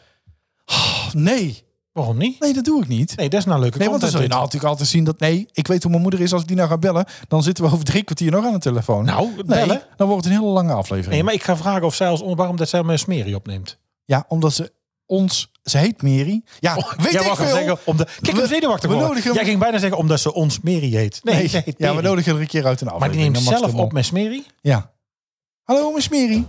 Speaker 3: nee,
Speaker 2: Waarom niet?
Speaker 3: nee, dat doe ik niet.
Speaker 2: Nee, dat is nou leuke
Speaker 3: Nee, want dan
Speaker 2: content.
Speaker 3: zul je nou natuurlijk altijd zien dat... Nee, ik weet hoe mijn moeder is. Als ik die nou ga bellen, dan zitten we over drie kwartier nog aan de telefoon.
Speaker 2: Nou,
Speaker 3: nee,
Speaker 2: bellen.
Speaker 3: dan wordt het een hele lange aflevering.
Speaker 2: Nee, maar ik ga vragen of zij als on- waarom dat zij met Smerie opneemt.
Speaker 3: Ja, omdat ze ons... Ze heet Meri. Ja, Ah, weet
Speaker 2: Oh, Jij
Speaker 3: ik
Speaker 2: wou gaan
Speaker 3: veel.
Speaker 2: Zeggen, om de, kijk,
Speaker 3: We-
Speaker 2: we, zenuwachtig
Speaker 3: we
Speaker 2: worden.
Speaker 3: nodigen hem-
Speaker 2: Jij ging bijna zeggen omdat ze ons Meri heet. Nee,
Speaker 3: Nee,
Speaker 2: ze heet
Speaker 3: ja, we
Speaker 2: Meri.
Speaker 3: nodigen er een keer uit een
Speaker 2: Maar die
Speaker 3: aflevering.
Speaker 2: neemt
Speaker 3: dan mag ze
Speaker 2: zelf
Speaker 3: hem
Speaker 2: op met Smerie.
Speaker 3: Ja. Hallo, mijn Meri.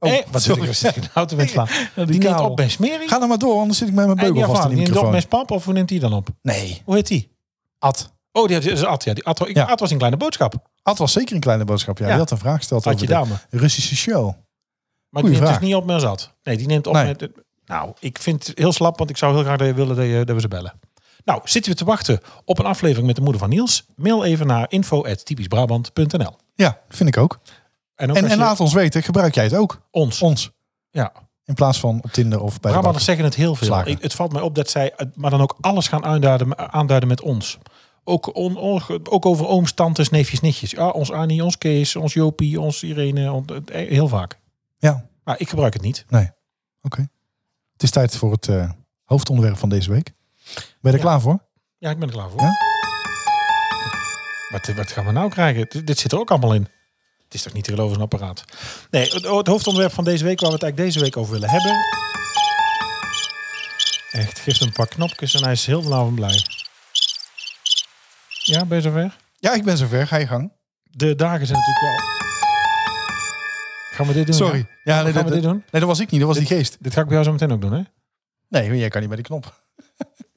Speaker 3: Oh,
Speaker 2: Eh, wat zit ik
Speaker 3: sorry.
Speaker 2: weer zeggen? Nou, te wind slaan. Die, neemt
Speaker 3: kabel.
Speaker 2: op met Smerie.
Speaker 3: Ga dan maar door, anders zit ik met mijn
Speaker 2: En
Speaker 3: beugel
Speaker 2: die
Speaker 3: vast
Speaker 2: afhaal,
Speaker 3: in
Speaker 2: die
Speaker 3: die
Speaker 2: neemt op
Speaker 3: microfoon.
Speaker 2: met Pap of hoe neemt die dan op?
Speaker 3: Nee,
Speaker 2: Hoe heet die?
Speaker 3: Ad.
Speaker 2: Oh, die die is Ad. Ja, die Ad, ik-
Speaker 3: Ja.
Speaker 2: Ad was een kleine boodschap.
Speaker 3: Ad was zeker een kleine boodschap. Ja,
Speaker 2: Ja.
Speaker 3: die had een vraag gesteld
Speaker 2: Had
Speaker 3: over
Speaker 2: je
Speaker 3: de
Speaker 2: dame.
Speaker 3: Russische show.
Speaker 2: Maar
Speaker 3: Goeie
Speaker 2: die neemt
Speaker 3: vraag.
Speaker 2: dus niet op met zat. Nee, die neemt op
Speaker 3: Nee.
Speaker 2: met... Nou, ik vind het heel slap, want ik zou heel graag dat je willen dat, je- dat we ze bellen. Nou, zitten we te wachten op een aflevering met de moeder van Niels? Mail even naar info.typischbrabant.nl
Speaker 3: Ja, vind ik ook.
Speaker 2: En, ook
Speaker 3: En,
Speaker 2: als
Speaker 3: en
Speaker 2: je-
Speaker 3: laat ons weten, gebruik jij het ook?
Speaker 2: ons.
Speaker 3: Ons.
Speaker 2: Ja.
Speaker 3: In plaats van op Tinder of bij de bakker.
Speaker 2: Brabanters zeggen het heel veel.
Speaker 3: Slagen.
Speaker 2: Ik- het valt mij op dat zij eh, maar dan ook alles gaan aanduiden, eh, aanduiden met ons. Ook, on, on- ook over ooms, tantes, neefjes, nichtjes. Ja, ons Annie, ons Kees, ons Jopie, ons Irene. on- eh, heel vaak.
Speaker 3: Ja, oké.
Speaker 2: Maar ik gebruik het niet.
Speaker 3: Het is tijd voor het eh, hoofdonderwerp van deze week. Ben je er
Speaker 2: Ja.
Speaker 3: klaar voor?
Speaker 2: Ja, ik ben er klaar voor.
Speaker 3: Ja?
Speaker 2: Wat, wat gaan we nou krijgen? Dit, dit zit er ook allemaal in. Het is toch niet te geloven, een apparaat. Nee, het, het hoofdonderwerp van deze week, waar we het eigenlijk deze week over willen hebben. Echt, geef hem een paar knopjes en hij is heel nauw en blij. Ja, ben je zover?
Speaker 3: Ja, ik ben zover. Ga je gang.
Speaker 2: De dagen zijn natuurlijk wel... Gaan we dit doen?
Speaker 3: Sorry.
Speaker 2: ja?
Speaker 3: Ja, nee,
Speaker 2: gaan
Speaker 3: dat,
Speaker 2: we dit doen?
Speaker 3: nee, dat was ik niet. Dat was die geest.
Speaker 2: Dit ga ik bij jou zo meteen ook doen, hè?
Speaker 3: Nee, jij kan niet bij de knop.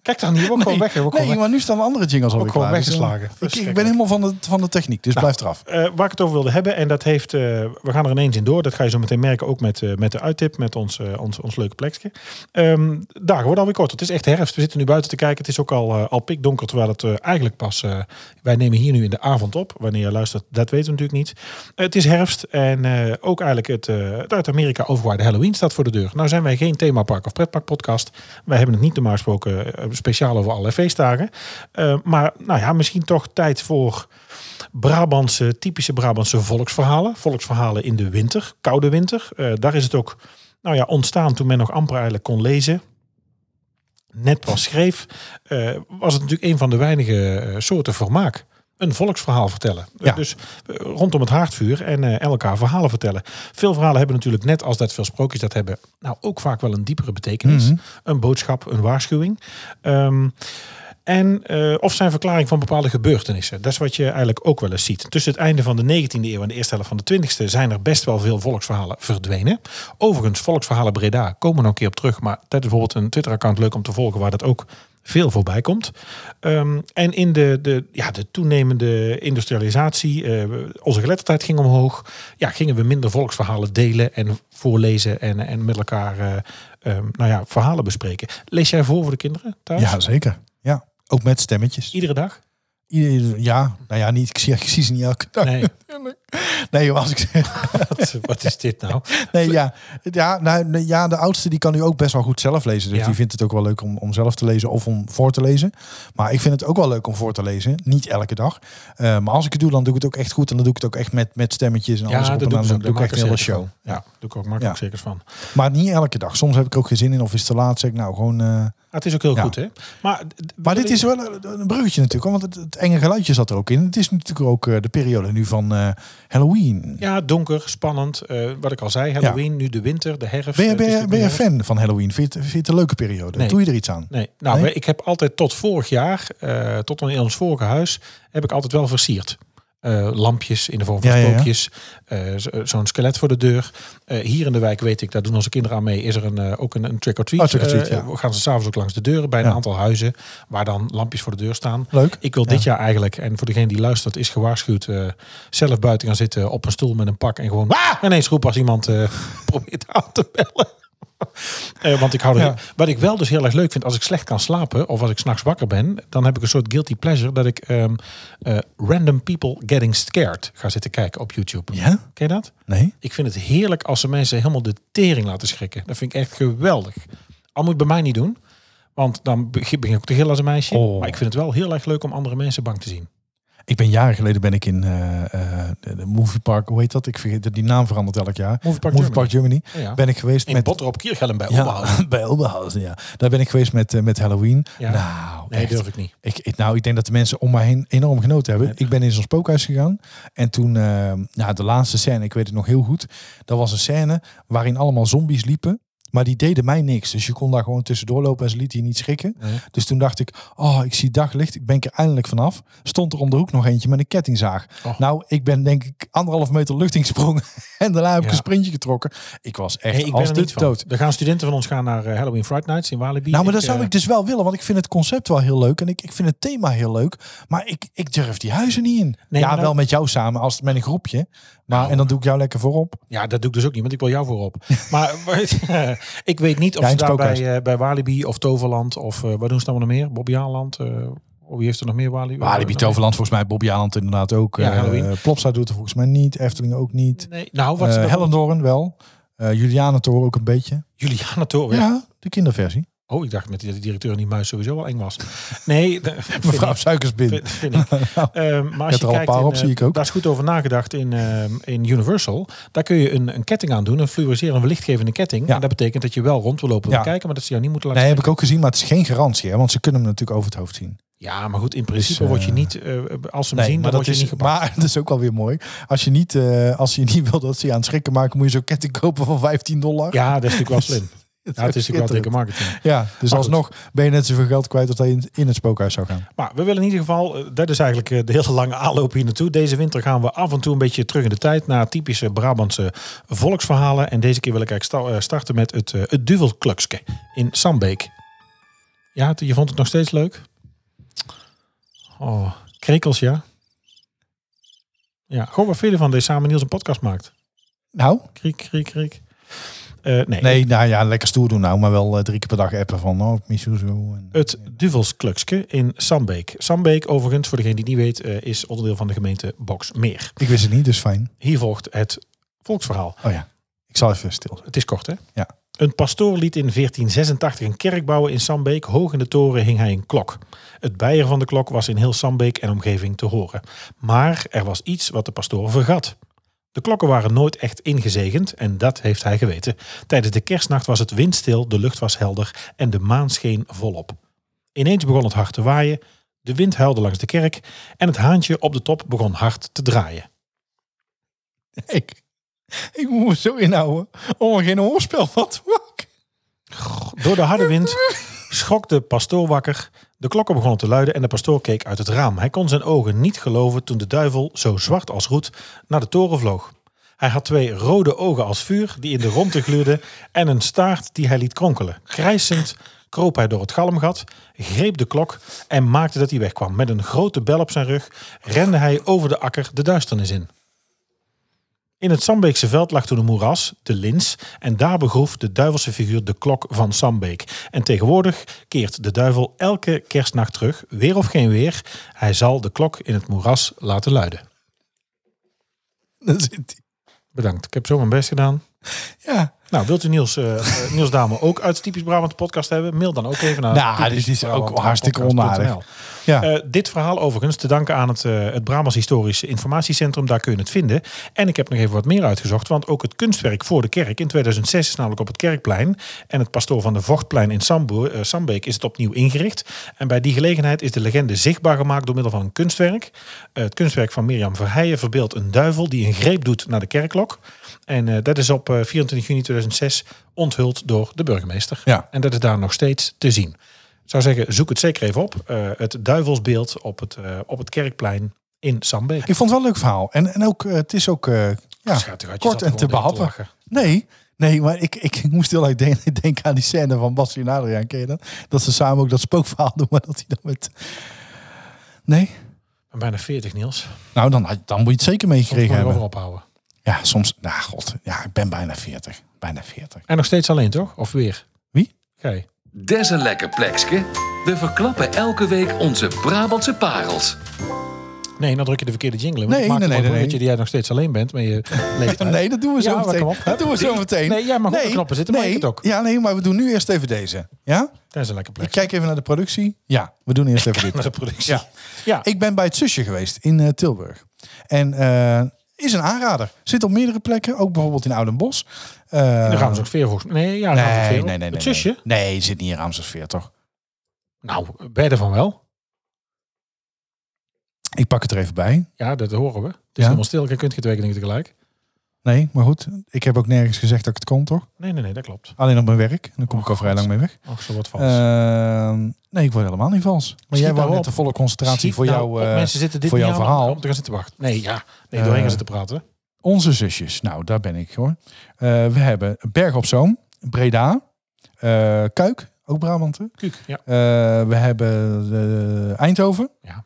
Speaker 2: Kijk dan, hier wordt
Speaker 3: nee,
Speaker 2: gewoon weg. hè? Wordt gewoon
Speaker 3: nee, maar nu staan de andere jingles alweer
Speaker 2: Ook gewoon
Speaker 3: klaar. Dus, eh,
Speaker 2: weggeslagen.
Speaker 3: ik, ik
Speaker 2: Verschrikkelijk.
Speaker 3: ben helemaal van de, van de techniek, dus
Speaker 2: Nou.
Speaker 3: blijf eraf.
Speaker 2: Eh, waar ik het over wilde hebben, en dat heeft, eh, we gaan er ineens in door. Dat ga je zo meteen merken, ook met, eh, met de uittip, met ons, eh, ons, ons leuke plekje. Ehm dagen worden alweer kort. Het is echt herfst. We zitten nu buiten te kijken. Het is ook al, eh, al pikdonker, terwijl het eh, eigenlijk pas... eh, wij nemen hier nu in de avond op. Wanneer je luistert, dat weten we natuurlijk niet. Eh, het is herfst en eh, ook eigenlijk het, eh, het uit Amerika overgewaaide Halloween staat voor de deur. Nou zijn wij geen themapark of pretparkpodcast. Wij hebben het niet normaal gesproken eh, speciaal over allerlei feestdagen. Eh, maar nou ja, misschien toch tijd voor... Brabantse, typische Brabantse volksverhalen. Volksverhalen in de winter, koude winter. Eh, daar is het ook nou ja, ontstaan toen men nog amper eigenlijk kon lezen. Net pas schreef, eh, was het natuurlijk een van de weinige eh, soorten vermaak. Een volksverhaal vertellen. Eh,
Speaker 3: Ja.
Speaker 2: Dus eh, rondom het haardvuur en eh, elkaar verhalen vertellen. Veel verhalen hebben natuurlijk, net als dat veel sprookjes dat hebben, nou ook vaak wel een diepere betekenis. Een boodschap, een waarschuwing. Ehm, en, eh, of zijn verklaring van bepaalde gebeurtenissen. Dat is wat je eigenlijk ook wel eens ziet. Tussen het einde van de 19e eeuw en de eerste helft van de 20e zijn er best wel veel volksverhalen verdwenen. Overigens, volksverhalen Breda komen we nog een keer op terug. Maar dat is bijvoorbeeld een Twitter-account leuk om te volgen waar dat ook veel voorbij komt. Ehm, en in de, de, ja, de toenemende industrialisatie, eh, onze geletterdheid ging omhoog. Ja, gingen we minder volksverhalen delen en voorlezen en, en met elkaar eh, ehm, nou ja, verhalen bespreken. Lees jij voor voor de kinderen thuis?
Speaker 3: Ja, zeker. Ja, ook met stemmetjes.
Speaker 2: Iedere dag?
Speaker 3: Ieder- Ja, nou ja, niet, ik, zie, ik zie ze niet elke dag.
Speaker 2: Nee,
Speaker 3: Nee, joh, als ik
Speaker 2: wat, wat is dit nou?
Speaker 3: Nee, ja. Ja, nou, nee, ja, de oudste die kan nu ook best wel goed zelf lezen. Dus
Speaker 2: Ja.
Speaker 3: die vindt het ook wel leuk om, om zelf te lezen of om voor te lezen. Maar ik vind het ook wel leuk om voor te lezen. Niet elke dag. Eh, maar als ik het doe, dan doe ik het ook echt goed. En dan doe ik het ook echt met, met stemmetjes en alles op en aan. Dan doe ik echt een hele show.
Speaker 2: Ja, doe ik ook makkelijk
Speaker 3: Ja.
Speaker 2: zeker van.
Speaker 3: Maar niet elke dag. Soms heb ik er ook geen zin in of is het te laat. Zeg ik nou gewoon... eh,
Speaker 2: Ah, het is ook heel
Speaker 3: Ja.
Speaker 2: goed, hè? Maar,
Speaker 3: maar dit is wel een een bruggetje natuurlijk, hoor, want het, het enge geluidje zat er ook in. Het is natuurlijk ook eh, de periode nu van eh, Halloween.
Speaker 2: Ja, donker, spannend. Eh, wat ik al zei, Halloween, nu de winter, de herfst.
Speaker 3: Ben je,
Speaker 2: eh, het
Speaker 3: ben
Speaker 2: is
Speaker 3: je,
Speaker 2: natuurlijk
Speaker 3: ben je
Speaker 2: herfst.
Speaker 3: fan van Halloween? Vind je, het- vind je het een leuke periode?
Speaker 2: Nee.
Speaker 3: Doe je er iets aan?
Speaker 2: Nee, nou,
Speaker 3: Nee?
Speaker 2: ik heb altijd tot vorig jaar, eh, tot in ons vorige huis, heb ik altijd wel versierd. Eh, lampjes in de vorm van
Speaker 3: Ja, ja, ja.
Speaker 2: spookjes, eh, zo- zo'n skelet voor de deur. Eh, hier in de wijk weet ik, daar doen onze kinderen aan mee, is er een, eh, ook een, een trick-or-treat.
Speaker 3: Oh, trick-or-treat,
Speaker 2: Eh,
Speaker 3: ja.
Speaker 2: we Gaan ze s'avonds ook langs de deuren bij een
Speaker 3: Ja.
Speaker 2: aantal huizen waar dan lampjes voor de deur staan.
Speaker 3: Leuk.
Speaker 2: Ik wil dit jaar eigenlijk, en voor degene die luistert, is gewaarschuwd, eh, zelf buiten gaan zitten op een stoel met een pak en gewoon "Wah!" ineens roepen als iemand eh, probeert aan te bellen. Eh, want ik hou er
Speaker 3: Ja.
Speaker 2: Wat ik wel dus heel erg leuk vind, als ik slecht kan slapen of als ik s'nachts wakker ben, dan heb ik een soort guilty pleasure dat ik ehm, eh, Random People Getting Scared ga zitten kijken op YouTube.
Speaker 3: Ja?
Speaker 2: Ken je dat?
Speaker 3: Nee?
Speaker 2: Ik vind het heerlijk als ze mensen helemaal de tering laten schrikken. Dat vind ik echt geweldig. Al moet het bij mij niet doen, want dan beg- begin ik ook te gillen als een meisje.
Speaker 3: Oh.
Speaker 2: Maar ik vind het wel heel erg leuk om andere mensen bang te zien.
Speaker 3: Ik ben jaren geleden ben ik in eh, eh, de de moviepark, hoe heet dat? Ik vergeet het, die naam verandert elk jaar.
Speaker 2: Moviepark
Speaker 3: Moviepark Germany.
Speaker 2: Ja, ja.
Speaker 3: Ben ik geweest
Speaker 2: In
Speaker 3: met...
Speaker 2: Botter op Kiergelen bij
Speaker 3: ja,
Speaker 2: Oberhausen.
Speaker 3: bij Oberhausen, ja. Daar ben ik geweest met, eh, met Halloween.
Speaker 2: Ja.
Speaker 3: Nou,
Speaker 2: Nee,
Speaker 3: echt.
Speaker 2: durf ik niet.
Speaker 3: Ik, ik- nou, ik denk dat de mensen om mij heen enorm genoten hebben. Ik ben in zo'n spookhuis gegaan. En toen, eh, nou, de laatste scène, ik weet het nog heel goed. Dat was een scène waarin allemaal zombies liepen. Maar die deden mij niks. Dus je kon daar gewoon tussendoor lopen en ze lieten je niet schrikken.
Speaker 2: Nee.
Speaker 3: Dus toen dacht ik, oh, ik zie daglicht. Ik ben er eindelijk vanaf. Stond er om de hoek nog eentje met een kettingzaag.
Speaker 2: Och.
Speaker 3: Nou, ik ben denk ik anderhalf meter lucht ingesprongen. En daarna heb ik
Speaker 2: Ja.
Speaker 3: een sprintje getrokken. Ik was echt
Speaker 2: Nee, ik ben
Speaker 3: als
Speaker 2: er
Speaker 3: de
Speaker 2: niet van.
Speaker 3: dood.
Speaker 2: Er gaan studenten van ons gaan naar eh, Halloween Fright Nights in Walibi.
Speaker 3: Nou, maar dat zou
Speaker 2: eh,
Speaker 3: ik dus wel willen, want ik vind het concept wel heel leuk en ik, ik vind het thema heel leuk, maar ik, ik durf die huizen niet in.
Speaker 2: maar
Speaker 3: ja,
Speaker 2: dan-
Speaker 3: wel met jou samen, als met een groepje, maar
Speaker 2: Nou,
Speaker 3: en dan doe ik jou lekker voorop.
Speaker 2: Ja, dat doe ik dus ook niet, want ik wil jou voorop. Maar eh, ik weet niet of
Speaker 3: Ja,
Speaker 2: ze
Speaker 3: in
Speaker 2: daar bij,
Speaker 3: Spookhuis.
Speaker 2: eh, bij Walibi of Toverland of eh wat doen ze dan nog meer? Bobby Aanland? eh, oh, wie heeft er nog meer Walibi?
Speaker 3: Walibi
Speaker 2: Eh,
Speaker 3: Toverland volgens mij, Bobby Aland inderdaad ook.
Speaker 2: Ja,
Speaker 3: eh,
Speaker 2: Halloween.
Speaker 3: Plopsa doet er volgens mij niet, Efteling ook niet.
Speaker 2: Nee, nou, wat
Speaker 3: Wat
Speaker 2: is dat?
Speaker 3: Hellendoorn wel, eh Julianentoren ook een beetje.
Speaker 2: Juliana Toren.
Speaker 3: Oh, Ja, de kinderversie.
Speaker 2: Oh, ik dacht met die directeur en die muis sowieso wel eng was. Nee, dat vind
Speaker 3: Mevrouw
Speaker 2: ik-
Speaker 3: Suikersbin.
Speaker 2: vind, vind ik. Ehm, maar als
Speaker 3: hebt
Speaker 2: je
Speaker 3: er al een
Speaker 2: kijkt
Speaker 3: paar
Speaker 2: in,
Speaker 3: op,
Speaker 2: eh,
Speaker 3: zie ik ook.
Speaker 2: Daar is goed over nagedacht in, ehm, in Universal. Daar kun je een, een ketting aan doen, een fluoriserende lichtgevende ketting.
Speaker 3: Ja.
Speaker 2: En dat betekent dat je wel rond wil lopen en
Speaker 3: Ja.
Speaker 2: kijken, maar dat ze jou niet moeten laten
Speaker 3: Nee, heb ik ook gezien, maar het is geen garantie, hè, want ze kunnen hem natuurlijk over het hoofd zien.
Speaker 2: Ja, maar goed, in principe
Speaker 3: eh,
Speaker 2: word je niet, eh, als ze hem zien, dan
Speaker 3: maar
Speaker 2: word je
Speaker 3: is,
Speaker 2: niet gepakt.
Speaker 3: Maar dat is ook wel weer mooi. Als je niet, eh, als je niet wil dat ze je aan het schrikken maken, moet je zo'n ketting kopen van 15 dollar.
Speaker 2: Ja, dat is natuurlijk wel slim.
Speaker 3: dat
Speaker 2: Ja, het is natuurlijk wel dikke
Speaker 3: schitterend.
Speaker 2: marketing.
Speaker 3: Ja, dus
Speaker 2: Maar
Speaker 3: alsnog ben je net zoveel geld kwijt als dat je in, in het spookhuis zou gaan.
Speaker 2: Maar we willen in ieder geval, eh, dat is eigenlijk eh, de hele lange aanloop hier naartoe. Deze winter gaan we af en toe een beetje terug in de tijd naar typische Brabantse volksverhalen. En deze keer wil ik eigenlijk sta- eh, starten met het, eh, het Duvelklukske in Sambeek. Ja, het- je vond het nog steeds leuk? Oh, krekels, ja. Ja, gewoon waar veel van deze samen Niels een podcast maakt.
Speaker 3: Nou,
Speaker 2: Kriek, kriek, kriek. Eh, nee,
Speaker 3: nee, nou ja, lekker stoer doen nou, maar wel eh, drie keer per dag appen van, oh, ik mis jou zo. En,
Speaker 2: Het Duvelsklukske in Sambeek. Sambeek, overigens, voor degene die het niet weet, eh, is onderdeel van de gemeente Boksmeer.
Speaker 3: ik wist het niet, dus fijn.
Speaker 2: Hier volgt het volksverhaal.
Speaker 3: Oh ja, ik zal even stil.
Speaker 2: Het is kort, hè?
Speaker 3: Ja.
Speaker 2: Een pastoor liet in 1486 een kerk bouwen in Sambeek. Hoog in de toren hing hij een klok. Het bijer van de klok was in heel Sambeek en omgeving te horen. Maar er was iets wat de pastoor vergat. De klokken waren nooit echt ingezegend en dat heeft hij geweten. Tijdens de kerstnacht was het windstil, de lucht was helder en de maan scheen volop. Ineens begon het hard te waaien, de wind huilde langs de kerk en het haantje op de top begon hard te draaien.
Speaker 3: Ik, ik moet me zo inhouden om er geen hoorspel van te maken.
Speaker 2: Door de harde wind schrok de pastoor wakker. De klokken begonnen te luiden en de pastoor keek uit het raam. Hij kon zijn ogen niet geloven toen de duivel, zo zwart als roet, naar de toren vloog. Hij had twee rode ogen als vuur die in de rondte gluurden en een staart die hij liet kronkelen. Krijsend kroop hij door het galmgat, greep de klok en maakte dat hij wegkwam. Met een grote bel op zijn rug rende hij over de akker de duisternis in. In het Sambeekse veld lag toen een moeras, de Lins, en daar begroef de duivelse figuur de klok van Sambeek. En tegenwoordig keert de duivel elke kerstnacht terug, weer of geen weer. Hij zal de klok in het moeras laten luiden.
Speaker 3: Dan zit hij.
Speaker 2: Bedankt, ik heb zo mijn best gedaan.
Speaker 3: Ja,
Speaker 2: Nou, wilt u Niels, eh, eh, Niels Dame ook uit Typisch Brabant podcast hebben? Mail dan ook even naar
Speaker 3: Nou, dit is ook
Speaker 2: typischbrabant
Speaker 3: hartstikke
Speaker 2: podcast.nl.
Speaker 3: onaardig. Ja.
Speaker 2: Eh, dit verhaal overigens te danken aan het, eh het Brabants Historisch Informatiecentrum. Daar kun je het vinden. En ik heb nog even wat meer uitgezocht. Want ook het kunstwerk voor de kerk in 2006 is namelijk op het Kerkplein. En het Pastoor van de Vochtplein in Sambo, eh, Sambeek is het opnieuw ingericht. En bij die gelegenheid is de legende zichtbaar gemaakt door middel van een kunstwerk. Eh, het kunstwerk van Mirjam Verheijen verbeeldt een duivel die een greep doet naar de kerkklok. En eh, dat is op eh, 24 juni 2006 onthuld door de burgemeester.
Speaker 3: Ja.
Speaker 2: En dat is daar nog steeds te zien. Ik zou zeggen, zoek het zeker even op. Eh, het duivelsbeeld op het, eh, op het kerkplein in Sambeek.
Speaker 3: Ik vond het wel een leuk verhaal. En, en ook, eh, het is ook eh, ja,
Speaker 2: Schat, u had je
Speaker 3: kort
Speaker 2: zat
Speaker 3: en te
Speaker 2: gewoon in
Speaker 3: behappen.
Speaker 2: lachen.
Speaker 3: Nee, nee, maar ik, ik moest heel erg denken, denken aan die scène van Bas en Adriaan. Ken je dat? Dat ze samen ook dat spookverhaal doen, maar dat hij dan met... Nee?
Speaker 2: Ik ben bijna 40, Niels.
Speaker 3: Nou, dan, had- dan moet je het zeker
Speaker 2: Soms
Speaker 3: meegekregen
Speaker 2: moet je
Speaker 3: hebben.
Speaker 2: over ophouden.
Speaker 3: Ja, soms... Nou, god. Ja, ik ben bijna 40. Bijna 40.
Speaker 2: En nog steeds alleen, toch? Of weer?
Speaker 3: Wie?
Speaker 2: Gij.
Speaker 1: Des een lekker plekske. We verklappen elke week onze Brabantse parels.
Speaker 2: Nee, dan druk je de verkeerde jingle. in, Want
Speaker 3: Nee,
Speaker 2: ik maak
Speaker 3: nee,
Speaker 2: nee,
Speaker 3: nee,
Speaker 2: nee,
Speaker 3: nee,
Speaker 2: dat jij nog steeds alleen bent. Maar je leeft uit.
Speaker 3: Nee, dat doen we zo
Speaker 2: Eh, Ja, maar kom
Speaker 3: meteen.
Speaker 2: op, hè.
Speaker 3: dat doen we zo meteen.
Speaker 2: Nee, jij mag op de knoppen zitten, maar
Speaker 3: nee,
Speaker 2: ik het ook.
Speaker 3: Ja, nee, maar we doen nu eerst even deze. Ja?
Speaker 2: Dat is een lekker
Speaker 3: Ik
Speaker 2: plek.
Speaker 3: kijk even naar de productie. Ja, we doen eerst even dit.
Speaker 2: Naar de productie. Ja. ja.
Speaker 3: Ik ben bij het zusje geweest in eh, Tilburg. En eh, is een aanrader. Zit op meerdere plekken, ook bijvoorbeeld in Oudenbosch. Eh,
Speaker 2: Dan gaan we zo veer volgens mij. Nee, ja,
Speaker 3: Nee,
Speaker 2: gaan we zo'n veer
Speaker 3: nee,
Speaker 2: op.
Speaker 3: nee, nee.
Speaker 2: Het zusje?
Speaker 3: Nee, nee zit niet in Ramsersfeer, toch?
Speaker 2: Nou, bij ervan wel.
Speaker 3: Ik pak het er even bij.
Speaker 2: Ja, dat horen we. Het is
Speaker 3: Ja?
Speaker 2: helemaal stil. Je kunt geen twee dingen tegelijk.
Speaker 3: Nee, maar goed. Ik heb ook nergens gezegd dat ik het kon, toch?
Speaker 2: Nee, nee, nee, dat klopt.
Speaker 3: Alleen op mijn werk. En dan kom ik al vrij lang mee weg.
Speaker 2: Ach, Oh, zo wat vals.
Speaker 3: Eh, nee, ik word helemaal niet vals. Maar jij
Speaker 2: nou
Speaker 3: wou
Speaker 2: op.
Speaker 3: net de volle concentratie
Speaker 2: Schiet
Speaker 3: voor
Speaker 2: nou
Speaker 3: jouw...
Speaker 2: op,
Speaker 3: eh,
Speaker 2: mensen zitten dit
Speaker 3: voor
Speaker 2: niet
Speaker 3: jouw
Speaker 2: aan
Speaker 3: verhaal.
Speaker 2: Om te gaan zitten wachten. Nee, ja. Nee,
Speaker 3: Eh,
Speaker 2: doorheen gaan zitten praten.
Speaker 3: Onze zusjes. Nou, daar ben ik hoor. Eh, we hebben Berg op Zoom, Breda, eh, Kuik, ook Brabanten.
Speaker 2: Kuuk. Ja.
Speaker 3: Eh, we hebben eh, Eindhoven.
Speaker 2: Ja.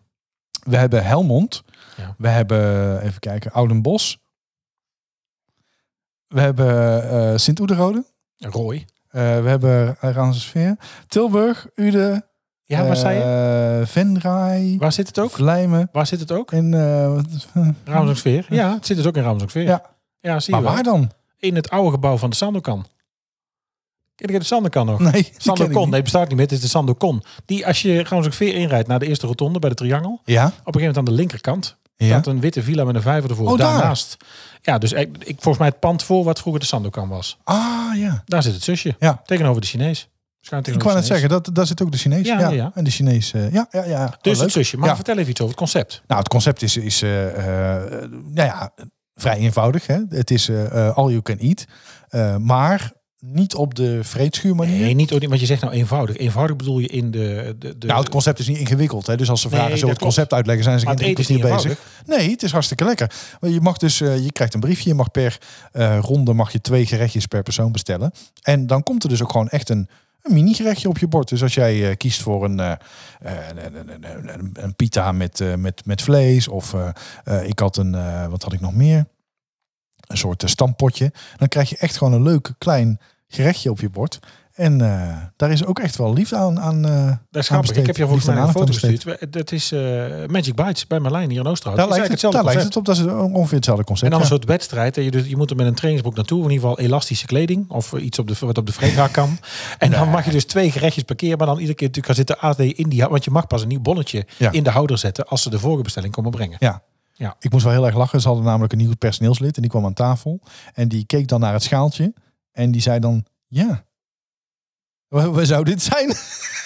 Speaker 3: We hebben Helmond.
Speaker 2: Ja.
Speaker 3: We hebben, even kijken, Oudenbos. We hebben eh Sint-Oederode.
Speaker 2: Roy.
Speaker 3: Eh, we hebben Ransensveer. Tilburg, Uden.
Speaker 2: Ja, waar zei
Speaker 3: Eh,
Speaker 2: je?
Speaker 3: je? Venray,
Speaker 2: Waar zit het ook?
Speaker 3: Vlijmen.
Speaker 2: Waar zit het ook?
Speaker 3: En, eh, wat-
Speaker 2: Raamsdorpsveer. Ja, het zit dus ook in Raamsdorpsveer.
Speaker 3: Ja.
Speaker 2: Ja, zie je
Speaker 3: maar
Speaker 2: wel.
Speaker 3: waar dan?
Speaker 2: In het oude gebouw van de Sandokan. Ken ik de Sandokan nog?
Speaker 3: Nee, Hm, die ken ik
Speaker 2: Sandokon,
Speaker 3: niet.
Speaker 2: nee, bestaat niet meer. Het is de Sandokon. Die, als je Raamsdorpsveer inrijdt naar de eerste rotonde bij de triangel, op
Speaker 3: Ja,
Speaker 2: een gegeven moment aan de linkerkant,
Speaker 3: ja.
Speaker 2: staat een witte villa met een vijver ervoor.
Speaker 3: Oh, daar.
Speaker 2: Daarnaast. Ja, dus ik, ik, volgens mij het pand voor wat vroeger de Sandokan was.
Speaker 3: Ah, ja.
Speaker 2: Daar zit het zusje.
Speaker 3: Ja.
Speaker 2: Tegenover de Chinees. Schuin
Speaker 3: Ik
Speaker 2: tegenover
Speaker 3: wou
Speaker 2: de
Speaker 3: net
Speaker 2: Chinees.
Speaker 3: zeggen, dat, daar zit ook de Chinees.
Speaker 2: Ja,
Speaker 3: Ja,
Speaker 2: ja, ja.
Speaker 3: En de Chinees. eh, ja, ja, ja. Oh,
Speaker 2: Dus
Speaker 3: leuk.
Speaker 2: het zusje. Maar
Speaker 3: Ja.
Speaker 2: vertel even iets over het concept.
Speaker 3: Nou, het concept is, is eh, eh, eh, nou ja, vrij eenvoudig. Hè? Het is eh, eh, all you can eat. Eh, maar niet op de vreedschuur manier.
Speaker 2: Nee, niet, want je zegt nou eenvoudig. Eenvoudig bedoel je in de... de, de
Speaker 3: Nou, het concept is niet ingewikkeld. Hè? Dus als ze
Speaker 2: Nee,
Speaker 3: vragen, zo
Speaker 2: dat
Speaker 3: het concept uitleggen, zijn ze
Speaker 2: Maar
Speaker 3: geen
Speaker 2: het
Speaker 3: drie
Speaker 2: eten is
Speaker 3: kwartier bezig.
Speaker 2: niet
Speaker 3: Nee, het is hartstikke lekker. Maar je mag dus, eh, je krijgt een briefje. Je mag per eh, ronde mag je twee gerechtjes per persoon bestellen. En dan komt er dus ook gewoon echt een, een mini gerechtje op je bord. Dus als jij eh, kiest voor een, eh, eh, een, een, een, een- een pita met, eh, met, met vlees. Of eh, eh, ik had een, eh, wat had ik nog meer? Een soort eh, stampotje. Dan krijg je echt gewoon een leuk klein gerechtje op je bord. En eh, daar is ook echt wel liefde aan. aan eh,
Speaker 2: Dat is grappig. Ik
Speaker 3: besteed.
Speaker 2: heb je volgens
Speaker 3: Liefde
Speaker 2: mij
Speaker 3: aan
Speaker 2: een foto
Speaker 3: aandacht aan
Speaker 2: gestuurd. We- Dat is eh, Magic Bites bij Marlijn hier in Oosterhout.
Speaker 3: Daar
Speaker 2: Dat is
Speaker 3: lijkt, het, daar
Speaker 2: eigenlijk hetzelfde concept.
Speaker 3: lijkt het op dat ze ongeveer hetzelfde
Speaker 2: En
Speaker 3: concept
Speaker 2: dan een
Speaker 3: ja.
Speaker 2: soort wedstrijd. hè. Je, dus, je moet er met een trainingsbroek naartoe. In ieder geval elastische kleding. Of iets op de, wat op de vreedraak kan. En dan mag je dus twee gerechtjes per keer. Maar dan iedere keer natuurlijk gaan zitten AD in die... hou- Want je mag pas een nieuw bonnetje
Speaker 3: Ja.
Speaker 2: in de houder zetten. Als ze de vorige bestelling komen brengen.
Speaker 3: Ja.
Speaker 2: Ja.
Speaker 3: Ik moest wel heel erg lachen. Ze hadden namelijk een nieuw personeelslid en die kwam aan tafel. En die keek dan naar het schaaltje en die zei dan, ja, waar, waar zou dit zijn?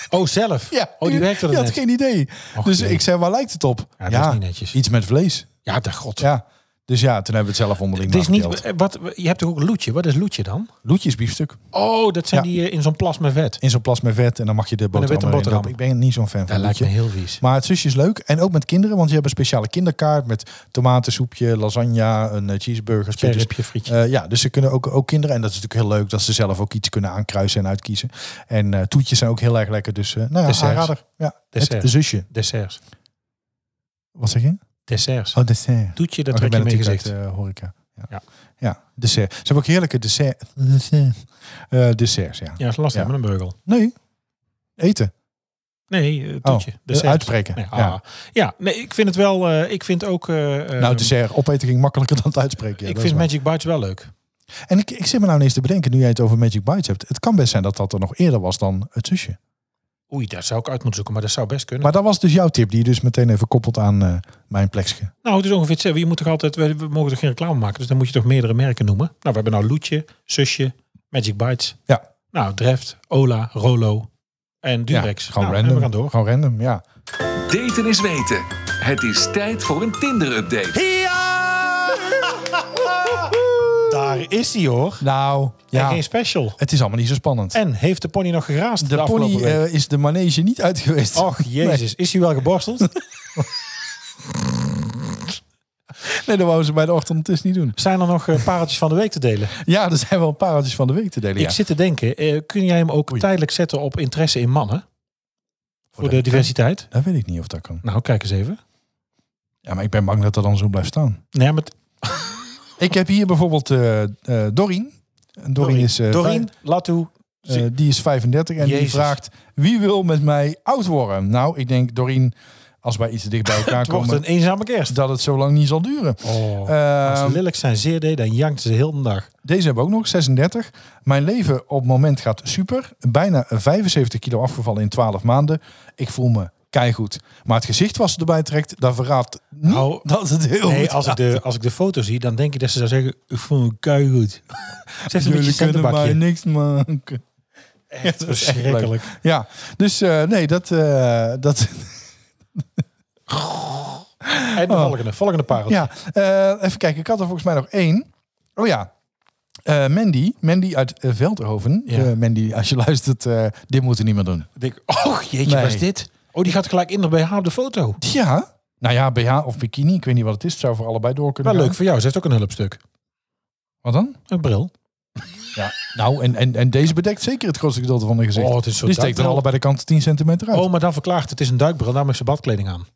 Speaker 2: Oh, zelf?
Speaker 3: ja,
Speaker 2: Oh, die werkte er
Speaker 3: Die had
Speaker 2: net.
Speaker 3: geen idee.
Speaker 2: Och,
Speaker 3: dus
Speaker 2: jee.
Speaker 3: ik zei, waar lijkt het op?
Speaker 2: Ja,
Speaker 3: Ja,
Speaker 2: dat is niet netjes.
Speaker 3: iets met vlees.
Speaker 2: Ja, de god.
Speaker 3: Ja. Dus ja, toen hebben we het zelf onderling
Speaker 2: Het is
Speaker 3: naverdeeld.
Speaker 2: niet... Wat, je hebt toch ook loetje? Wat is loetje dan?
Speaker 3: Loetjes biefstuk
Speaker 2: Oh, dat zijn
Speaker 3: Ja.
Speaker 2: die eh, in zo'n plas met vet.
Speaker 3: in zo'n plas met vet en dan mag je de
Speaker 2: een witte
Speaker 3: boterham erin
Speaker 2: boterham.
Speaker 3: doppen. Ik ben niet zo'n fan
Speaker 2: Dat
Speaker 3: van
Speaker 2: lijkt me
Speaker 3: loetje.
Speaker 2: heel vies.
Speaker 3: Maar het zusje is leuk. En ook met kinderen, want je hebt een speciale kinderkaart met tomatensoepje, lasagne, een eh, cheeseburger, spitjes.
Speaker 2: Scherpje, frietje.
Speaker 3: Eh, ja, dus ze kunnen ook, ook kinderen, en dat is natuurlijk heel leuk, dat ze zelf ook iets kunnen aankruisen en uitkiezen. En eh, toetjes zijn ook heel erg lekker, dus eh nou ja,
Speaker 2: Desserts.
Speaker 3: aanrader. Ja,
Speaker 2: Desserts.
Speaker 3: het zusje.
Speaker 2: Desserts.
Speaker 3: Wat zeg je?
Speaker 2: Desserts.
Speaker 3: Oh, dessert.
Speaker 2: Toetje, dat
Speaker 3: Oh, ik
Speaker 2: trek je
Speaker 3: ben
Speaker 2: mee
Speaker 3: natuurlijk
Speaker 2: gezicht.
Speaker 3: uit eh, horeca. Ja.
Speaker 2: Ja.
Speaker 3: Ja. dessert. Ze hebben ook heerlijke dessert. dessert. Eh, desserts, ja.
Speaker 2: ja, dat is lastig
Speaker 3: Ja.
Speaker 2: met een beugel.
Speaker 3: Nee, eten.
Speaker 2: Nee, eh, toetje.
Speaker 3: Dus
Speaker 2: Desserts.
Speaker 3: uitspreken.
Speaker 2: Nee, ah.
Speaker 3: ja.
Speaker 2: ja. nee, ik vind het wel... eh, ik vind ook... eh,
Speaker 3: Nou,
Speaker 2: ehm,
Speaker 3: dessert, opeten ging makkelijker dan het uitspreken.
Speaker 2: ik
Speaker 3: ja, dat is
Speaker 2: vind
Speaker 3: waar.
Speaker 2: Magic Bites wel leuk.
Speaker 3: En ik, ik zit me nou ineens te bedenken, nu jij het over Magic Bites hebt. Het kan best zijn dat dat er nog eerder was dan het zusje.
Speaker 2: Oei, daar zou ik uit moeten zoeken, maar dat zou best kunnen.
Speaker 3: Maar dat was dus jouw tip, die je dus meteen even koppelt aan eh, mijn plekje.
Speaker 2: nou, het is ongeveer hetzelfde. Je moet toch altijd, we, we mogen toch geen reclame maken, dus dan moet je toch meerdere merken noemen. Nou, we hebben nou Loetje, Susje, Magic Bites.
Speaker 3: Ja.
Speaker 2: Nou, Dreft, Ola, Rolo en Durex.
Speaker 3: gewoon
Speaker 2: Nou, en
Speaker 3: random.
Speaker 2: we gaan door.
Speaker 3: Gewoon random, ja.
Speaker 1: Daten is weten. Het is tijd voor een Tinder-update.
Speaker 2: Daar is hij hoor.
Speaker 3: Nou,
Speaker 2: En
Speaker 3: ja.
Speaker 2: geen special.
Speaker 3: Het is allemaal niet zo spannend.
Speaker 2: En heeft de pony nog geraasd de,
Speaker 3: de
Speaker 2: afgelopen
Speaker 3: pony
Speaker 2: week?
Speaker 3: eh, is de manege niet uit geweest.
Speaker 2: Och, jezus. Is hij wel geborsteld?
Speaker 3: Nee, dat wouden ze bij de ochtend dus niet doen.
Speaker 2: Zijn er nog eh, pareltjes van de week te delen?
Speaker 3: Ja, er zijn wel een paar van de week te delen.
Speaker 2: Ik zit te denken, eh, kun jij hem ook tijdelijk zetten op interesse in mannen? Voor de diversiteit?
Speaker 3: Dat weet ik niet of dat kan.
Speaker 2: Nou, kijk eens even.
Speaker 3: Ja, maar ik ben bang dat dat dan zo blijft staan.
Speaker 2: Nee, maar
Speaker 3: Ik heb hier bijvoorbeeld eh eh Dorien. Dorien. is, eh,
Speaker 2: Doreen, Latu.
Speaker 3: vij- eh, die is 35 en die
Speaker 2: Jezus.
Speaker 3: vraagt wie wil met mij oud worden? Nou, ik denk Dorien, als wij iets dicht bij elkaar
Speaker 2: Het wordt
Speaker 3: komen,
Speaker 2: een eenzame kerst.
Speaker 3: dat het zo lang niet zal duren.
Speaker 2: Oh.
Speaker 3: Eh,
Speaker 2: Als ze lelijk zijn zeer deed, dan jankt ze heel de dag.
Speaker 3: Deze hebben we ook nog, 36. Mijn leven op het moment gaat super. Bijna 75 kilo afgevallen in 12 maanden. Ik voel me keigoed. Maar het gezicht wat ze erbij trekt, dat verraadt niet
Speaker 2: Nou,
Speaker 3: dat het heel
Speaker 2: Nee,
Speaker 3: Oh, goed
Speaker 2: als ik, de, als ik de foto zie, dan denk ik dat ze zou zeggen, ik voel me keigoed. Ze heeft een beetje
Speaker 3: Jullie kunnen mij
Speaker 2: centenbakje.
Speaker 3: niks maken.
Speaker 2: Echt
Speaker 3: echt
Speaker 2: verschrikkelijk.
Speaker 3: Ja, dus eh, nee, dat, eh, dat,
Speaker 2: En de
Speaker 3: Oh.
Speaker 2: volgende, volgende parel.
Speaker 3: Ja, eh, even kijken. Ik had er volgens mij nog één. Oh ja. Eh, Mandy, Mandy uit eh, Veldhoven.
Speaker 2: Ja.
Speaker 3: Eh, Mandy, als je luistert, eh, dit moeten we niet meer doen.
Speaker 2: Ik denk, oh jeetje,
Speaker 3: Nee.
Speaker 2: wat is dit? Oh, die gaat gelijk in bij haar op de foto.
Speaker 3: Ja, nou ja, BH of bikini, ik weet niet wat het is. Het zou voor allebei door kunnen
Speaker 2: Wel
Speaker 3: gaan.
Speaker 2: leuk voor jou, ze heeft ook een hulpstuk.
Speaker 3: Wat dan?
Speaker 2: Een bril.
Speaker 3: Ja, nou, en, en, en deze bedekt zeker het grootste gedeelte van de gezicht.
Speaker 2: Oh, het is zo
Speaker 3: Die steekt er
Speaker 2: duikbril.
Speaker 3: allebei de kanten 10 centimeter uit.
Speaker 2: Oh, maar dan verklaart het is een duikbril, daarom heeft ze badkleding aan.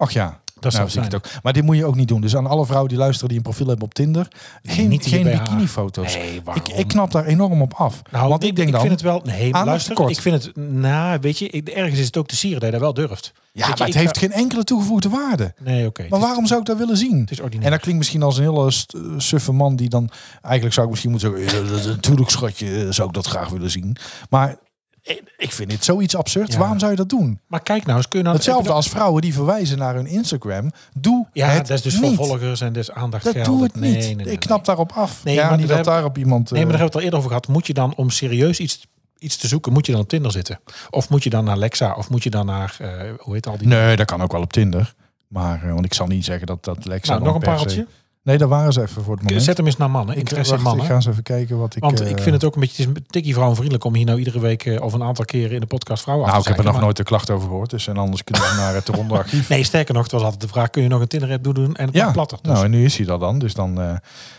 Speaker 3: Ach ja,
Speaker 2: Dat
Speaker 3: nou,
Speaker 2: zou
Speaker 3: zie ik
Speaker 2: zijn.
Speaker 3: het ook. Maar dit moet je ook niet doen. Dus aan alle vrouwen die luisteren die een profiel hebben op Tinder, geen,
Speaker 2: niet
Speaker 3: geen
Speaker 2: hierbij haar.
Speaker 3: bikinifoto's.
Speaker 2: Nee,
Speaker 3: ik,
Speaker 2: waarom?
Speaker 3: ik knap daar enorm op af.
Speaker 2: nou,
Speaker 3: Want ik denk
Speaker 2: ik
Speaker 3: dan,
Speaker 2: vind het wel... Nee, maar luister,
Speaker 3: tekort.
Speaker 2: ik vind het... Nou, weet je, ik- ergens is het ook te sieren dat je dat wel durft.
Speaker 3: ja,
Speaker 2: Weet je,
Speaker 3: maar het
Speaker 2: ik
Speaker 3: heeft
Speaker 2: ga-
Speaker 3: geen enkele toegevoegde waarde.
Speaker 2: Nee, oké.
Speaker 3: Maar
Speaker 2: het, is,
Speaker 3: waarom zou ik dat willen zien?
Speaker 2: het is ordinair.
Speaker 3: En dat klinkt misschien als een hele st- eh, suffe man die dan... Eigenlijk zou ik misschien moeten zeggen... "Eh, dat- dat- Natuurlijk schatje, eh, zou ik dat graag willen zien. Maar eh, ik vind dit zoiets absurd.
Speaker 2: Ja.
Speaker 3: Waarom zou je dat doen?
Speaker 2: Maar kijk nou eens, kun je nou...
Speaker 3: Hetzelfde als vrouwen die verwijzen naar hun Instagram. Doe
Speaker 2: Ja,
Speaker 3: het
Speaker 2: dat is dus
Speaker 3: niet.
Speaker 2: voor volgers en dus aandacht
Speaker 3: Dat
Speaker 2: gelden.
Speaker 3: doe het
Speaker 2: Nee,
Speaker 3: niet.
Speaker 2: nee, nee, nee.
Speaker 3: ik knap daarop af.
Speaker 2: Nee,
Speaker 3: ja,
Speaker 2: maar
Speaker 3: niet
Speaker 2: we
Speaker 3: dat
Speaker 2: hebben-
Speaker 3: daar op iemand... eh,
Speaker 2: Nee, maar daar hebben we het al eerder over gehad. Moet je dan om serieus iets, iets te zoeken, moet je dan op Tinder zitten? Of moet je dan naar Lexa? Of moet je dan naar, eh, hoe heet al die...
Speaker 3: nee, dat kan ook wel op Tinder. Maar, eh, want ik zal niet zeggen dat dat Lexa...
Speaker 2: nou,
Speaker 3: dan
Speaker 2: nog een
Speaker 3: per se-
Speaker 2: pareltje?
Speaker 3: Nee, daar waren ze even voor het moment.
Speaker 2: Zet hem eens naar mannen,
Speaker 3: ik,
Speaker 2: interesse in
Speaker 3: wacht, ik
Speaker 2: mannen.
Speaker 3: ga eens even kijken wat ik...
Speaker 2: Want ik
Speaker 3: eh,
Speaker 2: vind het ook een beetje, het is een tikkie vrouwenvriendelijk om hier nou iedere week eh, of een aantal keren in de podcast vrouwen
Speaker 3: Nou,
Speaker 2: af
Speaker 3: ik
Speaker 2: te
Speaker 3: heb er
Speaker 2: zeiken,
Speaker 3: nog
Speaker 2: maar-
Speaker 3: nooit een klacht over gehoord. Dus en anders kunnen we naar het ronde archief.
Speaker 2: Nee, sterker nog, het was altijd de vraag, kun je nog een Tinder-app doen en het ja. platter? Dus.
Speaker 3: Nou, en nu is hij dat dan. Dus dan eh,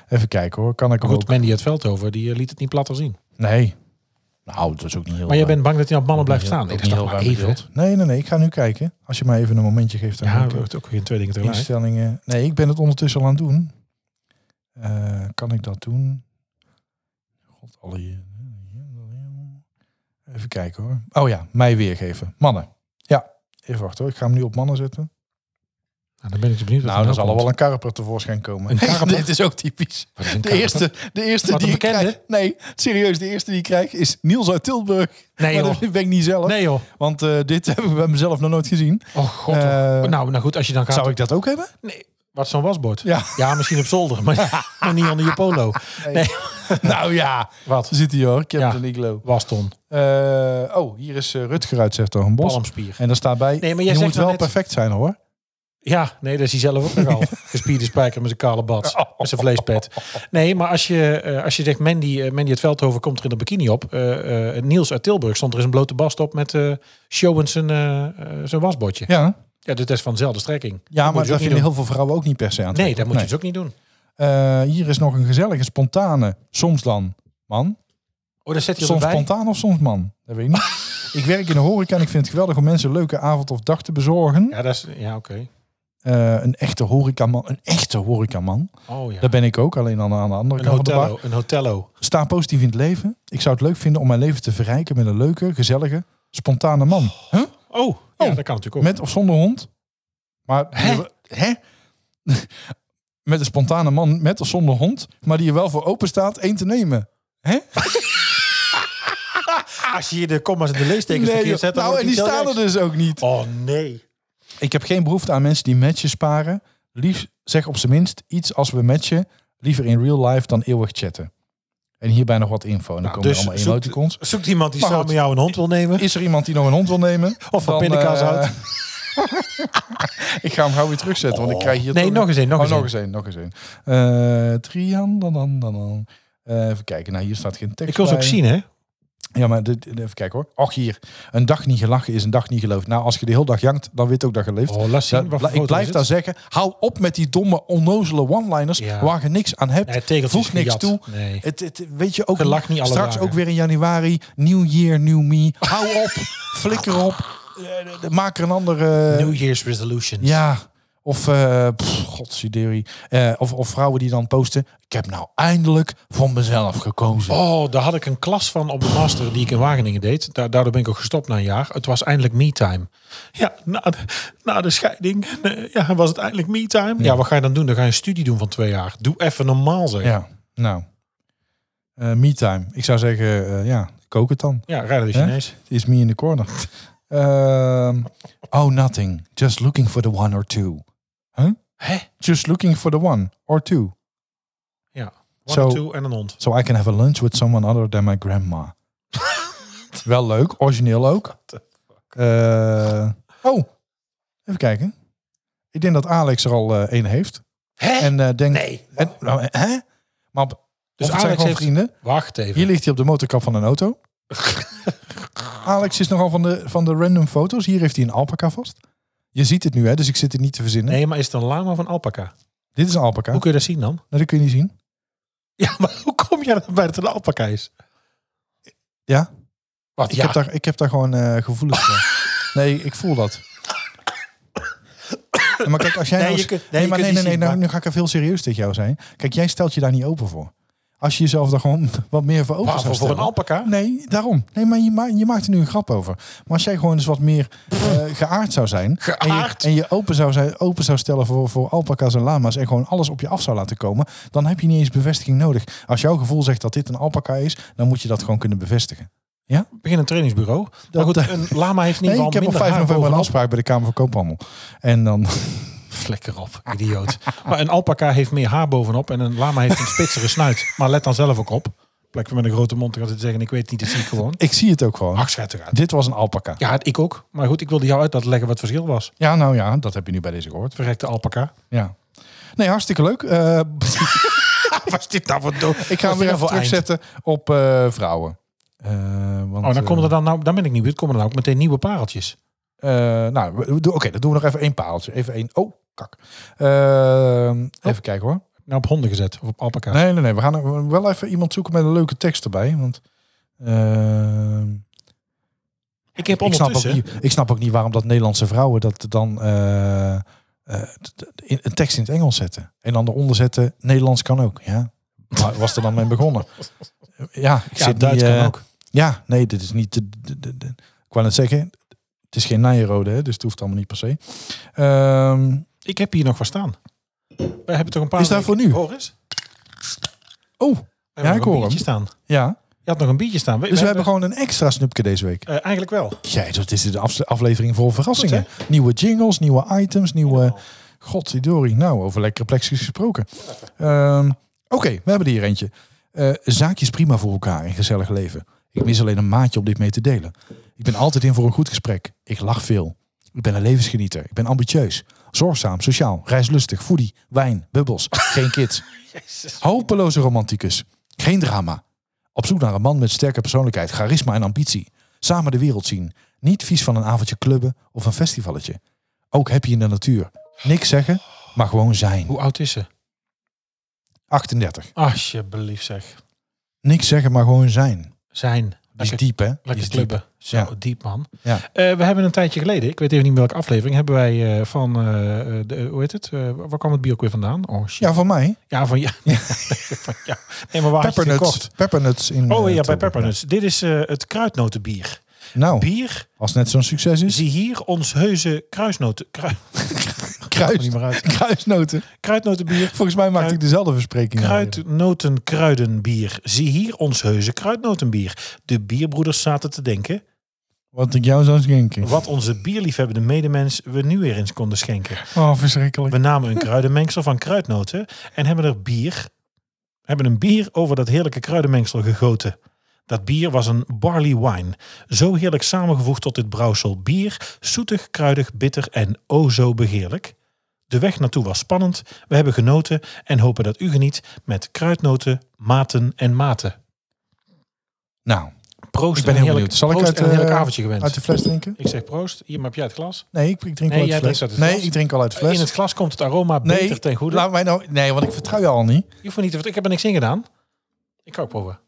Speaker 3: even kijken hoor. Kan ik
Speaker 2: Maar
Speaker 3: hem
Speaker 2: goed,
Speaker 3: ook?
Speaker 2: Mandy het Veldhoven, die eh, liet het niet platter zien.
Speaker 3: Nee. Nou, dat is ook niet heel...
Speaker 2: Maar jij
Speaker 3: eh,
Speaker 2: bent bang dat hij op mannen blijft
Speaker 3: heel-
Speaker 2: staan? Nee,
Speaker 3: ook
Speaker 2: dat is
Speaker 3: niet
Speaker 2: toch maar
Speaker 3: ruim
Speaker 2: even.
Speaker 3: bedeeld. Nee, nee, nee. Ik ga nu kijken. Als je mij even een momentje geeft. Dan
Speaker 2: Ja,
Speaker 3: ga ik
Speaker 2: het wordt ook weer in twee dingen tegelijk.
Speaker 3: instellingen... Nee, ik ben het ondertussen al aan het doen. Eh, kan ik dat doen? God, alle... eh, Even kijken hoor. Oh ja, mij weergeven. Mannen. Ja. Even wachten hoor. Ik ga hem nu op mannen zetten.
Speaker 2: Nou, dan ben ik dus benieuwd. wat
Speaker 3: Nou,
Speaker 2: er
Speaker 3: dan zal er wel
Speaker 2: komt.
Speaker 3: een karper tevoorschijn komen.
Speaker 2: Een karper?
Speaker 3: Dit is ook typisch.
Speaker 2: Wat is een
Speaker 3: De
Speaker 2: kaart?
Speaker 3: eerste, de eerste
Speaker 2: Wat een
Speaker 3: die ik
Speaker 2: bekende?
Speaker 3: krijg. Nee, serieus, de eerste die ik krijg is Niels uit Tilburg.
Speaker 2: Nee,
Speaker 3: maar
Speaker 2: joh.
Speaker 3: dat ben ik niet zelf.
Speaker 2: Nee joh.
Speaker 3: Want eh, dit heb ik bij mezelf nog nooit gezien.
Speaker 2: Oh god.
Speaker 3: Eh,
Speaker 2: nou, nou goed, als je dan gaat...
Speaker 3: Zou ik dat ook hebben?
Speaker 2: Nee, wat zo'n wasbord?
Speaker 3: Ja.
Speaker 2: misschien op zolder, maar, maar niet onder je polo. Nee.
Speaker 3: nou ja,
Speaker 2: Wat?
Speaker 3: daar zit hij hoor.
Speaker 2: Ja.
Speaker 3: Captain Iglo.
Speaker 2: Waston,
Speaker 3: Eh, oh, hier is eh, Rutger uit Zertogenbos.
Speaker 2: palmspier.
Speaker 3: En daar staat bij,
Speaker 2: Nee, maar jij
Speaker 3: je
Speaker 2: zegt
Speaker 3: moet
Speaker 2: nou
Speaker 3: wel
Speaker 2: net-
Speaker 3: perfect zijn hoor.
Speaker 2: Ja, nee, dat is hij zelf ook nogal. Gespierde spijker met zijn kale bad,
Speaker 3: Oh.
Speaker 2: met zijn vleespet. Nee, maar als je, eh, als je zegt Mandy, eh, Mandy het Veldhoven komt er in een bikini op. eh, eh, Niels uit Tilburg stond er eens een blote bast op met eh showend zijn, eh, eh, zijn wasbordje. Ja.
Speaker 3: Ja,
Speaker 2: dit is van dezelfde strekking.
Speaker 3: ja
Speaker 2: moet je
Speaker 3: maar
Speaker 2: ook
Speaker 3: dat
Speaker 2: niet
Speaker 3: vinden
Speaker 2: doen.
Speaker 3: heel veel vrouwen ook niet per se aan.
Speaker 2: Nee, dat moet je dus ook niet doen.
Speaker 3: hier is nog een gezellige, spontane, soms dan man.
Speaker 2: Oh, daar zet hij
Speaker 3: Soms
Speaker 2: erbij.
Speaker 3: spontaan of soms man. Dat weet ik niet. ik werk in de horeca en ik vind het geweldig om mensen een leuke avond of dag te bezorgen.
Speaker 2: Ja, dat is, ja oké.
Speaker 3: Eh, een echte horecaman. Een echte horecaman.
Speaker 2: Oh ja.
Speaker 3: Dat ben ik ook, alleen aan, aan de andere
Speaker 2: Een
Speaker 3: kant van de
Speaker 2: hotello, een hotello.
Speaker 3: bar. Sta positief in het leven. Ik zou het leuk vinden om mijn leven te verrijken met een leuke, gezellige, spontane man. Huh?
Speaker 2: Oh, ja,
Speaker 3: Oh.
Speaker 2: dat kan natuurlijk ook.
Speaker 3: Met of zonder hond. Maar
Speaker 2: Hè?
Speaker 3: hè? met een spontane man met of zonder hond, maar die er wel voor open staat één te nemen. Hè?
Speaker 2: Ah,
Speaker 4: Als je hier de commas en de leestekens verkeerd
Speaker 3: joh.
Speaker 4: zet, dan
Speaker 2: Oh,
Speaker 3: nou, en
Speaker 4: wordt
Speaker 3: die
Speaker 4: iets heel
Speaker 3: staan er
Speaker 4: geks.
Speaker 3: dus ook niet.
Speaker 4: Oh nee.
Speaker 3: Ik heb geen behoefte aan mensen die matches sparen. Lief zeg op zijn minst iets als we matchen. Liever in real life dan eeuwig chatten. En hierbij nog wat info. En dan komen
Speaker 4: dus
Speaker 3: er allemaal
Speaker 4: zoek-
Speaker 3: emoticons.
Speaker 4: Zoekt iemand die
Speaker 3: Maar
Speaker 4: samen
Speaker 3: goed.
Speaker 4: jou een hond wil nemen?
Speaker 3: Is er iemand die nog een hond wil nemen?
Speaker 4: Of van
Speaker 3: Dan,
Speaker 4: pindakaas
Speaker 3: eh,
Speaker 4: houdt?
Speaker 3: ik ga hem gauw weer terugzetten, want ik krijg hier...
Speaker 4: Nee,
Speaker 3: toch
Speaker 4: nog eens één, nog
Speaker 3: Oh,
Speaker 4: eens
Speaker 3: nog
Speaker 4: één.
Speaker 3: eens één, nog eens één. Eh, Trian, dan, dan, dan, dan. Eh, even kijken, nou hier staat geen tekst
Speaker 2: Ik wil ze ook
Speaker 3: bij.
Speaker 2: zien, hè?
Speaker 3: Ja, maar dit, even kijken hoor. Och hier, een dag niet gelachen is een dag niet geloofd. Nou, als je de hele dag jankt, dan weet ook dat je leeft.
Speaker 2: Oh, laat zien.
Speaker 3: Ja,
Speaker 2: Wat
Speaker 3: bl-
Speaker 2: voor
Speaker 3: ik
Speaker 2: foto
Speaker 3: blijf
Speaker 2: is
Speaker 3: daar
Speaker 2: het?
Speaker 3: zeggen. Hou op met die domme, onnozele one-liners
Speaker 2: Ja.
Speaker 3: waar je niks aan hebt.
Speaker 2: Nee, tegeltjes
Speaker 3: Voeg niks
Speaker 2: gejat.
Speaker 3: toe.
Speaker 2: Nee.
Speaker 3: Het, het, weet je ook
Speaker 2: Je lacht niet alle
Speaker 3: straks
Speaker 2: dagen.
Speaker 3: ook weer in januari. New year, new me. Hou op. flikker op. Eh, eh, maak er een andere... eh,
Speaker 2: New Year's resolutions.
Speaker 3: ja. Of, eh pff, godzijdank, eh, of, of vrouwen die dan posten. Ik heb nou eindelijk voor mezelf gekozen.
Speaker 2: Oh, daar had ik een klas van op de master die ik in Wageningen deed. Da- daardoor ben ik ook gestopt na een jaar. Het was eindelijk me-time. Ja, na de, na de scheiding eh, ja, was het eindelijk me-time. Ja. wat ga je dan doen? Dan ga je een studie doen van twee jaar. Doe even normaal zeg. Ja,
Speaker 3: Ja, nou. Eh me time. Ik zou zeggen, eh, ja, kook het dan.
Speaker 2: rijden de
Speaker 3: Hè?
Speaker 2: Chinees.
Speaker 3: is me in the corner. Ehm, oh, nothing. Just looking for the one or two. Huh? Just looking for the one or two.
Speaker 2: Ja.
Speaker 3: Zo.
Speaker 2: One, two en een hond.
Speaker 3: So I can have a lunch with someone other than my grandma. Wel leuk, origineel ook. Eh, oh, even kijken. Ik denk dat Alex er al eh één heeft.
Speaker 2: Hè?
Speaker 3: En eh denk,
Speaker 2: Nee.
Speaker 3: En, nou, eh, hè? Maar op-
Speaker 2: Dus
Speaker 3: of het zijn
Speaker 2: Alex
Speaker 3: gewoon
Speaker 2: heeft-
Speaker 3: vrienden.
Speaker 2: Wacht even.
Speaker 3: Hier ligt hij op de motorkap van een auto. Alex is nogal van de, van de random foto's. Hier heeft hij een alpaca vast. Je ziet het nu, hè? dus ik zit het niet te verzinnen.
Speaker 2: Nee, maar is het een lama van alpaca?
Speaker 3: Dit is een alpaca.
Speaker 2: Hoe kun je dat zien dan?
Speaker 3: Nou, dat kun je niet zien.
Speaker 2: Ja, maar hoe kom je erbij dat het een alpaca is?
Speaker 3: Ja?
Speaker 2: Wat?
Speaker 3: Ik,
Speaker 2: ja.
Speaker 3: heb, daar, ik heb daar gewoon eh gevoelens voor. Nee, ik voel dat. Ja, maar kijk, als jij
Speaker 4: Nee,
Speaker 3: nou
Speaker 4: je
Speaker 3: eens-
Speaker 4: kunt- nee,
Speaker 3: nee,
Speaker 4: je
Speaker 3: maar
Speaker 4: kunt die
Speaker 3: nee, nee, nee,
Speaker 4: zien,
Speaker 3: nou,
Speaker 4: maar-
Speaker 3: nu ga ik er veel serieus tegen jou zijn. Kijk, jij stelt je daar niet open voor. Als je jezelf daar gewoon wat meer voor open
Speaker 2: Waarvoor
Speaker 3: zou
Speaker 2: voor een
Speaker 3: stellen.
Speaker 2: alpaca?
Speaker 3: Nee, daarom. Nee, maar je, ma je maakt er nu een grap over. Maar als jij gewoon eens wat meer eh, geaard zou zijn.
Speaker 2: Geaard?
Speaker 3: En je, en je open, zou zijn, open zou stellen voor, voor alpaca's en lama's. En gewoon alles op je af zou laten komen. Dan heb je niet eens bevestiging nodig. Als jouw gevoel zegt dat dit een alpaca is. Dan moet je dat gewoon kunnen bevestigen.
Speaker 2: Begin een trainingsbureau. Maar goed, een lama heeft in
Speaker 3: Nee,
Speaker 2: ieder geval
Speaker 3: ik heb op
Speaker 2: minder
Speaker 3: 5
Speaker 2: haar
Speaker 3: november een
Speaker 2: bovenop.
Speaker 3: afspraak bij de Kamer van Koophandel. En dan...
Speaker 2: Flikker op, idioot. maar een alpaca heeft meer haar bovenop en een lama heeft een spitsere snuit. Maar let dan zelf ook op. Plek van met een grote mond te gaan zitten zeggen, ik weet het niet, dat zie ik gewoon.
Speaker 3: Ik zie het ook gewoon.
Speaker 2: Ach, schat eruit.
Speaker 3: Dit was een alpaca.
Speaker 2: Ja, ik ook. Maar goed, ik wilde jou uit laten leggen wat het verschil was.
Speaker 3: Ja, nou ja, dat heb je nu bij deze gehoord.
Speaker 2: Verrekte alpaca. Oh,
Speaker 3: Ja. Nee, hartstikke leuk. Eh,
Speaker 2: Was dit nou wat dood?
Speaker 3: ik ga hem weer even terugzetten op eh, vrouwen. Eh, want,
Speaker 2: Oh, dan komen
Speaker 3: eh,
Speaker 2: er dan nou, dan ben ik niet benieuwd, komen er nou ook meteen nieuwe pareltjes.
Speaker 3: Eh, nou, we- we doen- oké, dan doen we nog even één paaltje. Even één. Oh, kak. Eh,
Speaker 2: Oh.
Speaker 3: even kijken hoor.
Speaker 2: Nou, op honden gezet of op alpaca.
Speaker 3: Nee, nee, nee. We gaan er wel even iemand zoeken met een leuke tekst erbij. Want. eh,
Speaker 2: Ik heb
Speaker 3: ik, snap ook
Speaker 2: ondertussen...
Speaker 3: niet, ik snap ook niet waarom dat Nederlandse vrouwen dat dan. eh, eh, t- t- in- een tekst in het Engels zetten. En dan eronder zetten. Nederlands kan ook. Ja. Waar was er dan mee begonnen? Ja, ik
Speaker 2: Ja,
Speaker 3: zit
Speaker 2: Duits
Speaker 3: niet,
Speaker 2: kan
Speaker 3: eh,
Speaker 2: ook.
Speaker 3: Ja, nee, dit is niet. De, de, de- de- ik wou net zeggen, het is geen Nijrode, hè, dus het hoeft allemaal niet per se. Ehm,
Speaker 2: Ik heb hier nog wat staan. Wij hebben toch een paar...
Speaker 3: Is daar voor nu?
Speaker 2: Hoor eens.
Speaker 3: oh,
Speaker 2: We hebben
Speaker 3: ik
Speaker 2: nog een
Speaker 3: hoor
Speaker 2: biertje
Speaker 3: hem.
Speaker 2: staan.
Speaker 3: ja.
Speaker 2: Je had nog een biertje staan.
Speaker 3: Dus we hebben gewoon een extra snoepje deze week.
Speaker 2: eh, eigenlijk wel.
Speaker 3: Jij, dat is de afs- aflevering vol verrassingen. nieuwe jingles, nieuwe items, nieuwe. Godzidori, nou, over lekkere plekjes gesproken. Ehm, Oké, we hebben er hier eentje. Eh, zaakjes prima voor elkaar in gezellig leven. Ik mis alleen een maatje om dit mee te delen. Ik ben altijd in voor een goed gesprek. Ik lach veel. Ik ben een levensgenieter. Ik ben ambitieus. Zorgzaam, sociaal, reislustig, foodie, wijn, bubbels. Geen kids. Hopeloze romanticus. Geen drama. Op zoek naar een man met sterke persoonlijkheid, charisma en ambitie. Samen de wereld zien. Niet vies van een avondje clubben of een festivalletje. Ook happy in de natuur. Niks zeggen, maar gewoon zijn.
Speaker 2: Hoe oud is ze?
Speaker 3: 38.
Speaker 2: Alsjeblieft zeg.
Speaker 3: Niks zeggen, maar gewoon zijn.
Speaker 2: Zijn.
Speaker 3: Die is
Speaker 2: Lekker,
Speaker 3: diep, hè? Die
Speaker 2: lekker
Speaker 3: is diep.
Speaker 2: clubben. Zo,
Speaker 3: Ja.
Speaker 2: diep man.
Speaker 3: Ja.
Speaker 2: Eh, we hebben een tijdje geleden, ik weet even niet meer welke aflevering, hebben wij eh, van, eh, eh, de, hoe heet het? Eh, waar kwam het bier ook weer vandaan? Oh shit.
Speaker 3: Ja, van mij.
Speaker 2: Ja, van ja. van ja. Nee, maar waar had je het
Speaker 3: Peppernuts.
Speaker 2: gekocht?
Speaker 3: Peppernuts
Speaker 2: Oh
Speaker 3: in. eh,
Speaker 2: ja, Oh. bij
Speaker 3: Tilburg.
Speaker 2: Peppernuts. Dit is eh, het kruidnotenbier.
Speaker 3: Nou,
Speaker 2: Bier,
Speaker 3: als het net zo'n succes is.
Speaker 2: zie hier ons heuse kruisnoten... krui- komt er niet meer uit.
Speaker 3: Kruisnoten.
Speaker 2: Kruidnotenbier.
Speaker 3: Volgens mij maakte
Speaker 2: Kruid-
Speaker 3: ik dezelfde verspreking.
Speaker 2: Kruidnotenkruidenbier. Zie hier ons heuse kruidnotenbier. De bierbroeders zaten te denken
Speaker 3: Wat ik jou zou schenken.
Speaker 2: wat onze bierliefhebbende medemens we nu weer eens konden schenken.
Speaker 3: Oh, verschrikkelijk.
Speaker 2: We namen een kruidenmengsel van kruidnoten en hebben er bier, hebben een bier over dat heerlijke kruidenmengsel gegoten. Dat bier was een barley wine, zo heerlijk samengevoegd tot dit brouwsel bier, zoetig, kruidig, bitter en o zo begeerlijk. De weg naartoe was spannend, we hebben genoten en hopen dat u geniet met kruidnoten, maten en maten.
Speaker 3: Nou,
Speaker 2: Proost,
Speaker 3: Ik ben
Speaker 2: en
Speaker 3: heel
Speaker 2: heerlijk-
Speaker 3: benieuwd. Zal ik
Speaker 2: proost
Speaker 3: uit,
Speaker 2: en een heerlijk
Speaker 3: eh,
Speaker 2: avondje gewenst.
Speaker 3: uit de fles drinken?
Speaker 2: Ik zeg proost, hier maar heb jij het glas.
Speaker 3: Nee, ik, ik drink
Speaker 2: Nee,
Speaker 3: al
Speaker 2: jij
Speaker 3: uit de fles.
Speaker 2: drinkt uit het
Speaker 3: nee,
Speaker 2: glas.
Speaker 3: ik drink al uit de fles.
Speaker 2: In het glas komt het aroma
Speaker 3: nee,
Speaker 2: beter ten goede.
Speaker 3: Laat mij nou, nee, want ik vertrouw je al niet.
Speaker 2: Je hoeft me niet te vert- Ik heb er niks in gedaan. Ik ga ook proeven.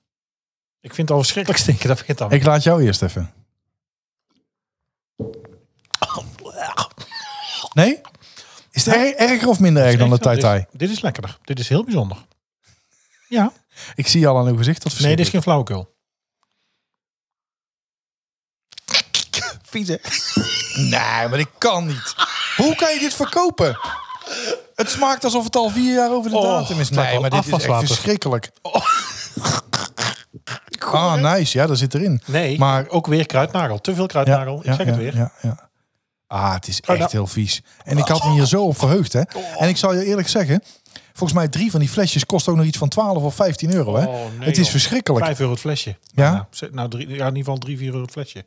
Speaker 2: Ik vind het al verschrikkelijk stinken. Dat begint al.
Speaker 3: Ik laat jou eerst even. Nee? Is het erg- erger of minder erg dan de
Speaker 2: nou, Dit is-
Speaker 3: tai-tai?
Speaker 2: Dit is lekkerder. Dit is heel bijzonder.
Speaker 3: Ik zie al aan uw gezicht dat
Speaker 2: dus- Nee, dit
Speaker 3: verschil.
Speaker 2: is geen flauwekul.
Speaker 3: Nee, maar dit kan niet. Hoe kan je dit verkopen? Het smaakt alsof het al vier jaar over de
Speaker 2: Oh,
Speaker 3: datum is.
Speaker 2: het lijkt
Speaker 3: Nee,
Speaker 2: wel
Speaker 3: maar dit is echt
Speaker 2: afwaswater.
Speaker 3: verschrikkelijk.
Speaker 2: Oh.
Speaker 3: Ah, nice. Ja, dat zit erin.
Speaker 2: Nee,
Speaker 3: Maar-
Speaker 2: maar ook weer kruidnagel. Te veel
Speaker 3: Ja,
Speaker 2: kruidnagel. ik
Speaker 3: ja,
Speaker 2: zeg
Speaker 3: ja,
Speaker 2: het weer.
Speaker 3: Ja, ja. Ah, het is
Speaker 2: nou. Ah. Oh.
Speaker 3: echt heel vies. En ik had me hier zo op verheugd, hè. En ik zal je eerlijk zeggen... Volgens mij drie van die flesjes kost ook nog iets van 12 of 15 euro, hè.
Speaker 2: Oh, nee,
Speaker 3: het is
Speaker 2: joh.
Speaker 3: verschrikkelijk.
Speaker 2: Vijf euro het flesje.
Speaker 3: Ja?
Speaker 2: Nou, zet- nou drie, ja, in ieder geval drie, vier euro het flesje.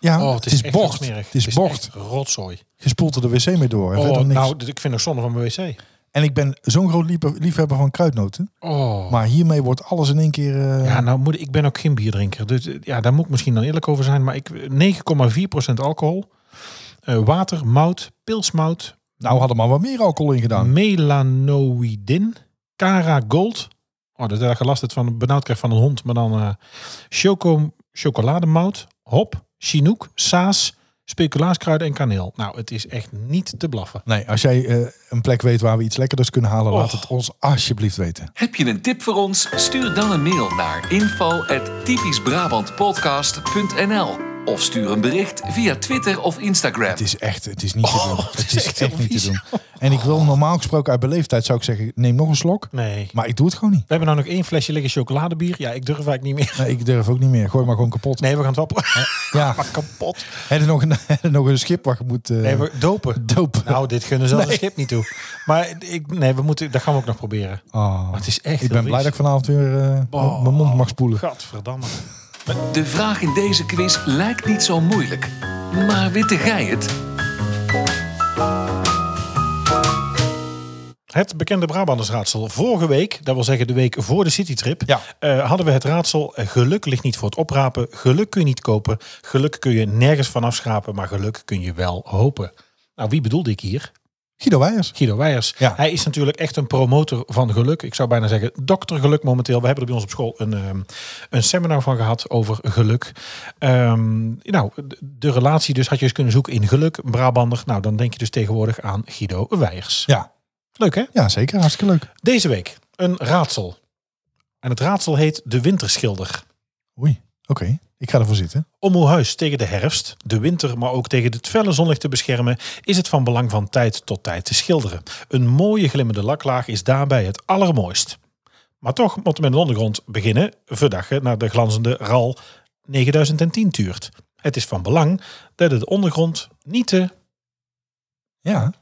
Speaker 3: Ja,
Speaker 2: Oh,
Speaker 3: het is,
Speaker 2: echt
Speaker 3: bocht.
Speaker 2: heel smerig.
Speaker 3: Het is bocht.
Speaker 2: echt rotzooi.
Speaker 3: Je spoelt er de wc mee door. En,
Speaker 2: Oh,
Speaker 3: verder niks.
Speaker 2: nou, dit- ik vind het zonde van mijn wc.
Speaker 3: en ik ben zo'n groot liefhe- liefhebber van kruidnoten.
Speaker 2: Oh.
Speaker 3: Maar hiermee wordt alles in één keer... eh,
Speaker 2: Ja, nou moet ik, ik ben ook geen bierdrinker. Dus eh, ja, daar moet ik misschien dan eerlijk over zijn. Maar ik eh, 9,4% alcohol. eh, water, mout, pilsmout,
Speaker 3: Nou hadden we maar wat meer alcohol in
Speaker 2: Mm.
Speaker 3: gedaan.
Speaker 2: melanoïdin, cara gold. Oh, dat daar gelast het van benauwd krijgt van een hond. Maar dan eh choco, chocolademout, hop, chinook, saas, speculaaskruiden en kaneel. Nou, het is echt niet te blaffen.
Speaker 3: Nee, als jij eh, een plek weet waar we iets lekkerders kunnen halen, laat
Speaker 2: Och.
Speaker 3: het ons alsjeblieft weten.
Speaker 1: Heb je een tip voor ons? Stuur dan een mail naar info@typischbrabantpodcast.nl of stuur een bericht via Twitter of Instagram.
Speaker 3: Het is echt, het is niet
Speaker 2: Oh,
Speaker 3: te doen. het, is echt,
Speaker 2: heel
Speaker 3: niet
Speaker 2: vies.
Speaker 3: te doen. En ik wil normaal gesproken uit beleefdheid zou ik zeggen, neem nog een slok.
Speaker 2: Nee.
Speaker 3: Maar ik doe het gewoon niet.
Speaker 2: We hebben nou nog één flesje liggen chocoladebier. Ja, ik durf eigenlijk niet meer.
Speaker 3: Nee, ik durf ook niet meer. Gooi maar gewoon kapot.
Speaker 2: Nee, we gaan het wel pro-
Speaker 3: Ja,
Speaker 2: kapot.
Speaker 3: heb je nog een, heb je nog een schip waar je moet eh,
Speaker 2: Nee, we dopen.
Speaker 3: dopen?
Speaker 2: Nou, dit gunnen zelfs een schip niet toe. Maar ik, nee, we moeten, dat gaan we ook nog proberen.
Speaker 3: Oh,
Speaker 2: Maar het is echt
Speaker 3: ik ben blij dat ik vanavond weer eh,
Speaker 2: Oh.
Speaker 3: mijn mond mag spoelen.
Speaker 2: Gadverdamme.
Speaker 1: De vraag in deze quiz lijkt niet zo moeilijk. Maar witte gij het?
Speaker 2: Het bekende Brabantersraadsel. Vorige week, dat wil zeggen de week voor de citytrip,
Speaker 3: Ja.
Speaker 2: eh, hadden we het raadsel eh, geluk ligt niet voor het oprapen, geluk kun je niet kopen, geluk kun je nergens van afschrapen, maar geluk kun je wel hopen. Nou, wie bedoelde ik hier?
Speaker 3: Guido Weijers.
Speaker 2: Guido Weijers.
Speaker 3: Ja.
Speaker 2: Hij is natuurlijk echt een promotor van geluk. Ik zou bijna zeggen dokter geluk momenteel. We hebben er bij ons op school een, ehm, een seminar van gehad over geluk. Ehm, nou, de- de relatie dus had je eens kunnen zoeken in geluk, Brabander. Nou, dan denk je dus tegenwoordig aan Guido Weijers.
Speaker 3: Ja.
Speaker 2: Leuk hè?
Speaker 3: ja, zeker. Hartstikke leuk.
Speaker 2: Deze week een raadsel. En het raadsel heet De Winterschilder.
Speaker 3: Oei, oké. Ik ga ervoor zitten.
Speaker 2: Om uw huis tegen de herfst, de winter, maar ook tegen het felle zonlicht te beschermen, is het van belang van tijd tot tijd te schilderen. Een mooie glimmende laklaag is daarbij het allermooist. Maar toch moet men de ondergrond beginnen, verdaggen naar de glanzende RAL 9010 tuurt. Het is van belang dat de ondergrond niet te
Speaker 3: Ja.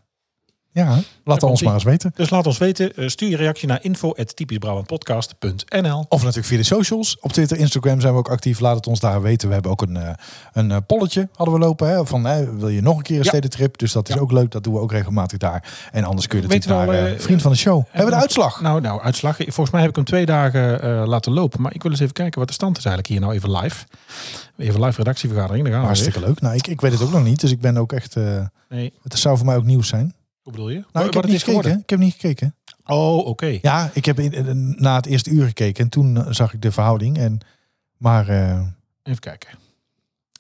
Speaker 3: Ja, laat
Speaker 2: komt-ie.
Speaker 3: ons maar eens weten.
Speaker 2: Dus laat ons weten, eh, stuur je reactie naar info.typischbrabantpodcast.nl
Speaker 3: Of natuurlijk via de socials. Op Twitter, Instagram zijn we ook actief. Laat het ons daar weten. We hebben ook een, eh, een eh, polletje hadden we lopen. Hè, van hè, wil je nog een keer een
Speaker 2: Ja.
Speaker 3: stedentrip? Dus dat is ook leuk. Dat doen we ook regelmatig daar. En anders kun je
Speaker 2: Weet
Speaker 3: natuurlijk
Speaker 2: wel,
Speaker 3: naar eh,
Speaker 2: eh,
Speaker 3: Vriend van de Show. hebben we de
Speaker 2: nog-
Speaker 3: uitslag?
Speaker 2: Nou, nou, uitslag. Volgens mij heb ik hem twee dagen eh, laten lopen. Maar ik wil eens even kijken wat de stand is eigenlijk hier nou even live. Even live redactievergadering. Daar gaan we
Speaker 3: Hartstikke leuk. Nou, ik, ik weet het ook nog niet. Dus ik ben ook echt... eh,
Speaker 2: weer. Nee,
Speaker 3: het zou voor mij ook nieuws zijn.
Speaker 2: hoe bedoel je?
Speaker 3: Nou,
Speaker 2: Wat-
Speaker 3: ik
Speaker 2: wat
Speaker 3: heb,
Speaker 2: het
Speaker 3: niet
Speaker 2: is geworden?
Speaker 3: gekeken. ik heb niet gekeken.
Speaker 2: Oh, oké.
Speaker 3: Ja, ik heb in, in- na het eerste uur gekeken. En toen eh, zag ik de verhouding. En, maar eh,
Speaker 2: Even kijken.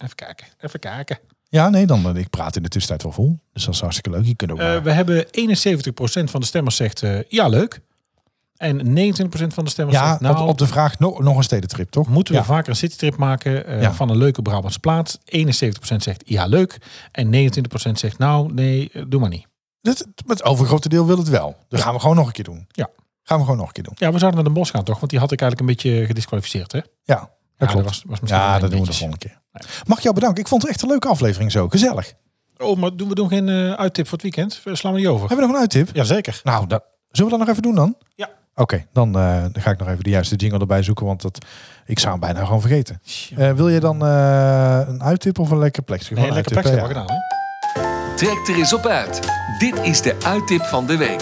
Speaker 2: Even kijken. Even kijken.
Speaker 3: ja, nee, dan, eh, ik praat in de tussentijd wel vol. Dus dat is hartstikke leuk. Je kunt ook
Speaker 2: Eh,
Speaker 3: maar-
Speaker 2: we hebben 71% van de stemmers zegt eh, ja, leuk. En 29% van de stemmers
Speaker 3: ja,
Speaker 2: zegt nou,
Speaker 3: op, op de vraag nog, nog een stedentrip, toch?
Speaker 2: moeten we
Speaker 3: Ja.
Speaker 2: vaker een citytrip maken eh,
Speaker 3: Ja.
Speaker 2: van een leuke Brabantse plaats. 71% zegt ja, leuk. En 29% zegt nou, nee, eh, doe maar niet.
Speaker 3: Het, het overgrote deel wil het wel. Dat gaan we gewoon nog een keer doen.
Speaker 2: Ja.
Speaker 3: Gaan we gewoon nog een keer doen.
Speaker 2: Ja, we zouden naar de bos gaan toch? Want die had ik eigenlijk een beetje gedisqualificeerd, hè?
Speaker 3: Ja, dat
Speaker 2: Ja,
Speaker 3: klopt.
Speaker 2: was, was misschien
Speaker 3: ja,
Speaker 2: wel
Speaker 3: dat doen we de
Speaker 2: netjes.
Speaker 3: volgende keer. Mag ik jou bedanken? Ik vond het echt een leuke aflevering zo. Gezellig.
Speaker 2: Oh, maar doen we doen geen eh, uittip voor het weekend? We Slaan we die over?
Speaker 3: Hebben we nog een uittip?
Speaker 2: Jazeker.
Speaker 3: Nou, dat, zullen we dat nog even doen dan?
Speaker 2: Ja.
Speaker 3: Oké, dan eh, dan ga ik nog even de juiste jingle erbij zoeken, want dat, ik zou hem bijna gewoon vergeten. Eh, wil je dan eh, een uittip of een lekker plekje? eh,
Speaker 2: Nee, lekker plekje hebben we
Speaker 3: gedaan.
Speaker 2: gedaan, hè?
Speaker 1: Trek er eens op uit. Dit is de uittip van de week.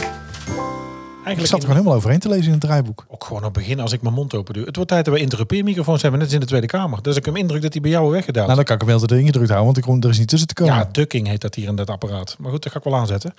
Speaker 2: Eigenlijk
Speaker 3: Ik zat er
Speaker 2: in-
Speaker 3: gewoon helemaal overheen te lezen in het draaiboek.
Speaker 2: Ook gewoon op het begin als ik mijn mond open doe. Het wordt tijd dat we interrupeermicrofoons hebben. Net als in de Tweede Kamer. Dus ik heb indruk dat die bij jou weggedaan.
Speaker 3: Nou, dan kan ik hem heel erin gedrukt houden, want ik kom er is niet tussen te komen.
Speaker 2: ja, ducking heet dat hier in dat apparaat. Maar goed, dat ga ik wel aanzetten.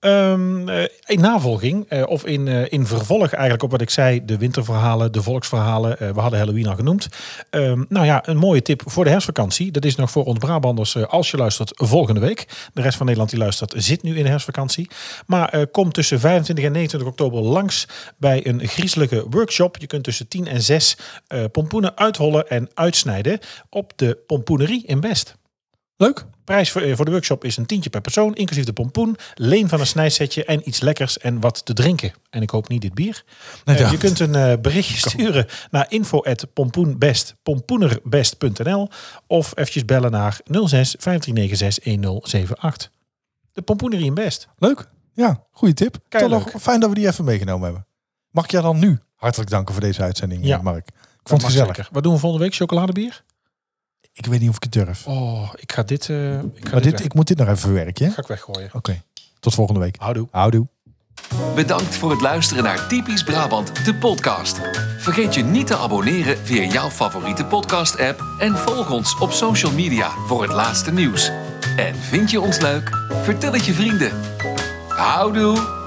Speaker 2: Ehm, eh, in navolging, eh, of in, eh, in vervolg eigenlijk op wat ik zei, de winterverhalen, de volksverhalen, eh, we hadden Halloween al genoemd. Ehm, nou ja, een mooie tip voor de herfstvakantie. Dat is nog voor ons Brabanders, eh, als je luistert, volgende week. De rest van Nederland die luistert zit nu in de herfstvakantie. Maar eh, kom tussen 25 en 29 oktober langs bij een griezelige workshop. Je kunt tussen 10 en 6 eh, pompoenen uithollen en uitsnijden op de pompoenerie in Best.
Speaker 3: Leuk.
Speaker 2: Prijs voor, eh, voor de workshop is een tientje per persoon, inclusief de pompoen, leen van een snijsetje en iets lekkers en wat te drinken. En ik hoop niet dit bier.
Speaker 3: Nee,
Speaker 2: Eh,
Speaker 3: ja.
Speaker 2: je kunt een eh, berichtje sturen naar info@pompoenbest, pompoenerbest.nl of eventjes bellen naar 06 5396 1078. De pompoenerie in Best.
Speaker 3: Leuk. Ja, goede tip.
Speaker 2: Keileuk.
Speaker 3: Toch nog fijn dat we die even meegenomen hebben. Mag ik jou dan nu hartelijk danken voor deze uitzending,
Speaker 2: Ja.
Speaker 3: eh, Mark? Ik vond het gezellig.
Speaker 2: Wat doen we volgende week? Chocoladebier?
Speaker 3: Ik weet niet of ik het durf.
Speaker 2: Oh, ik ga dit, eh, ik ga
Speaker 3: Maar
Speaker 2: dit,
Speaker 3: dit,
Speaker 2: weg-
Speaker 3: ik moet dit nog even verwerken. hè?
Speaker 2: ga ik weggooien.
Speaker 3: Oké, tot volgende week.
Speaker 2: Houdoe.
Speaker 3: Houdoe.
Speaker 1: Bedankt voor het luisteren naar Typisch Brabant, de podcast. Vergeet je niet te abonneren via jouw favoriete podcast-app en volg ons op social media voor het laatste nieuws. En vind je ons leuk? Vertel het je vrienden. Houdoe!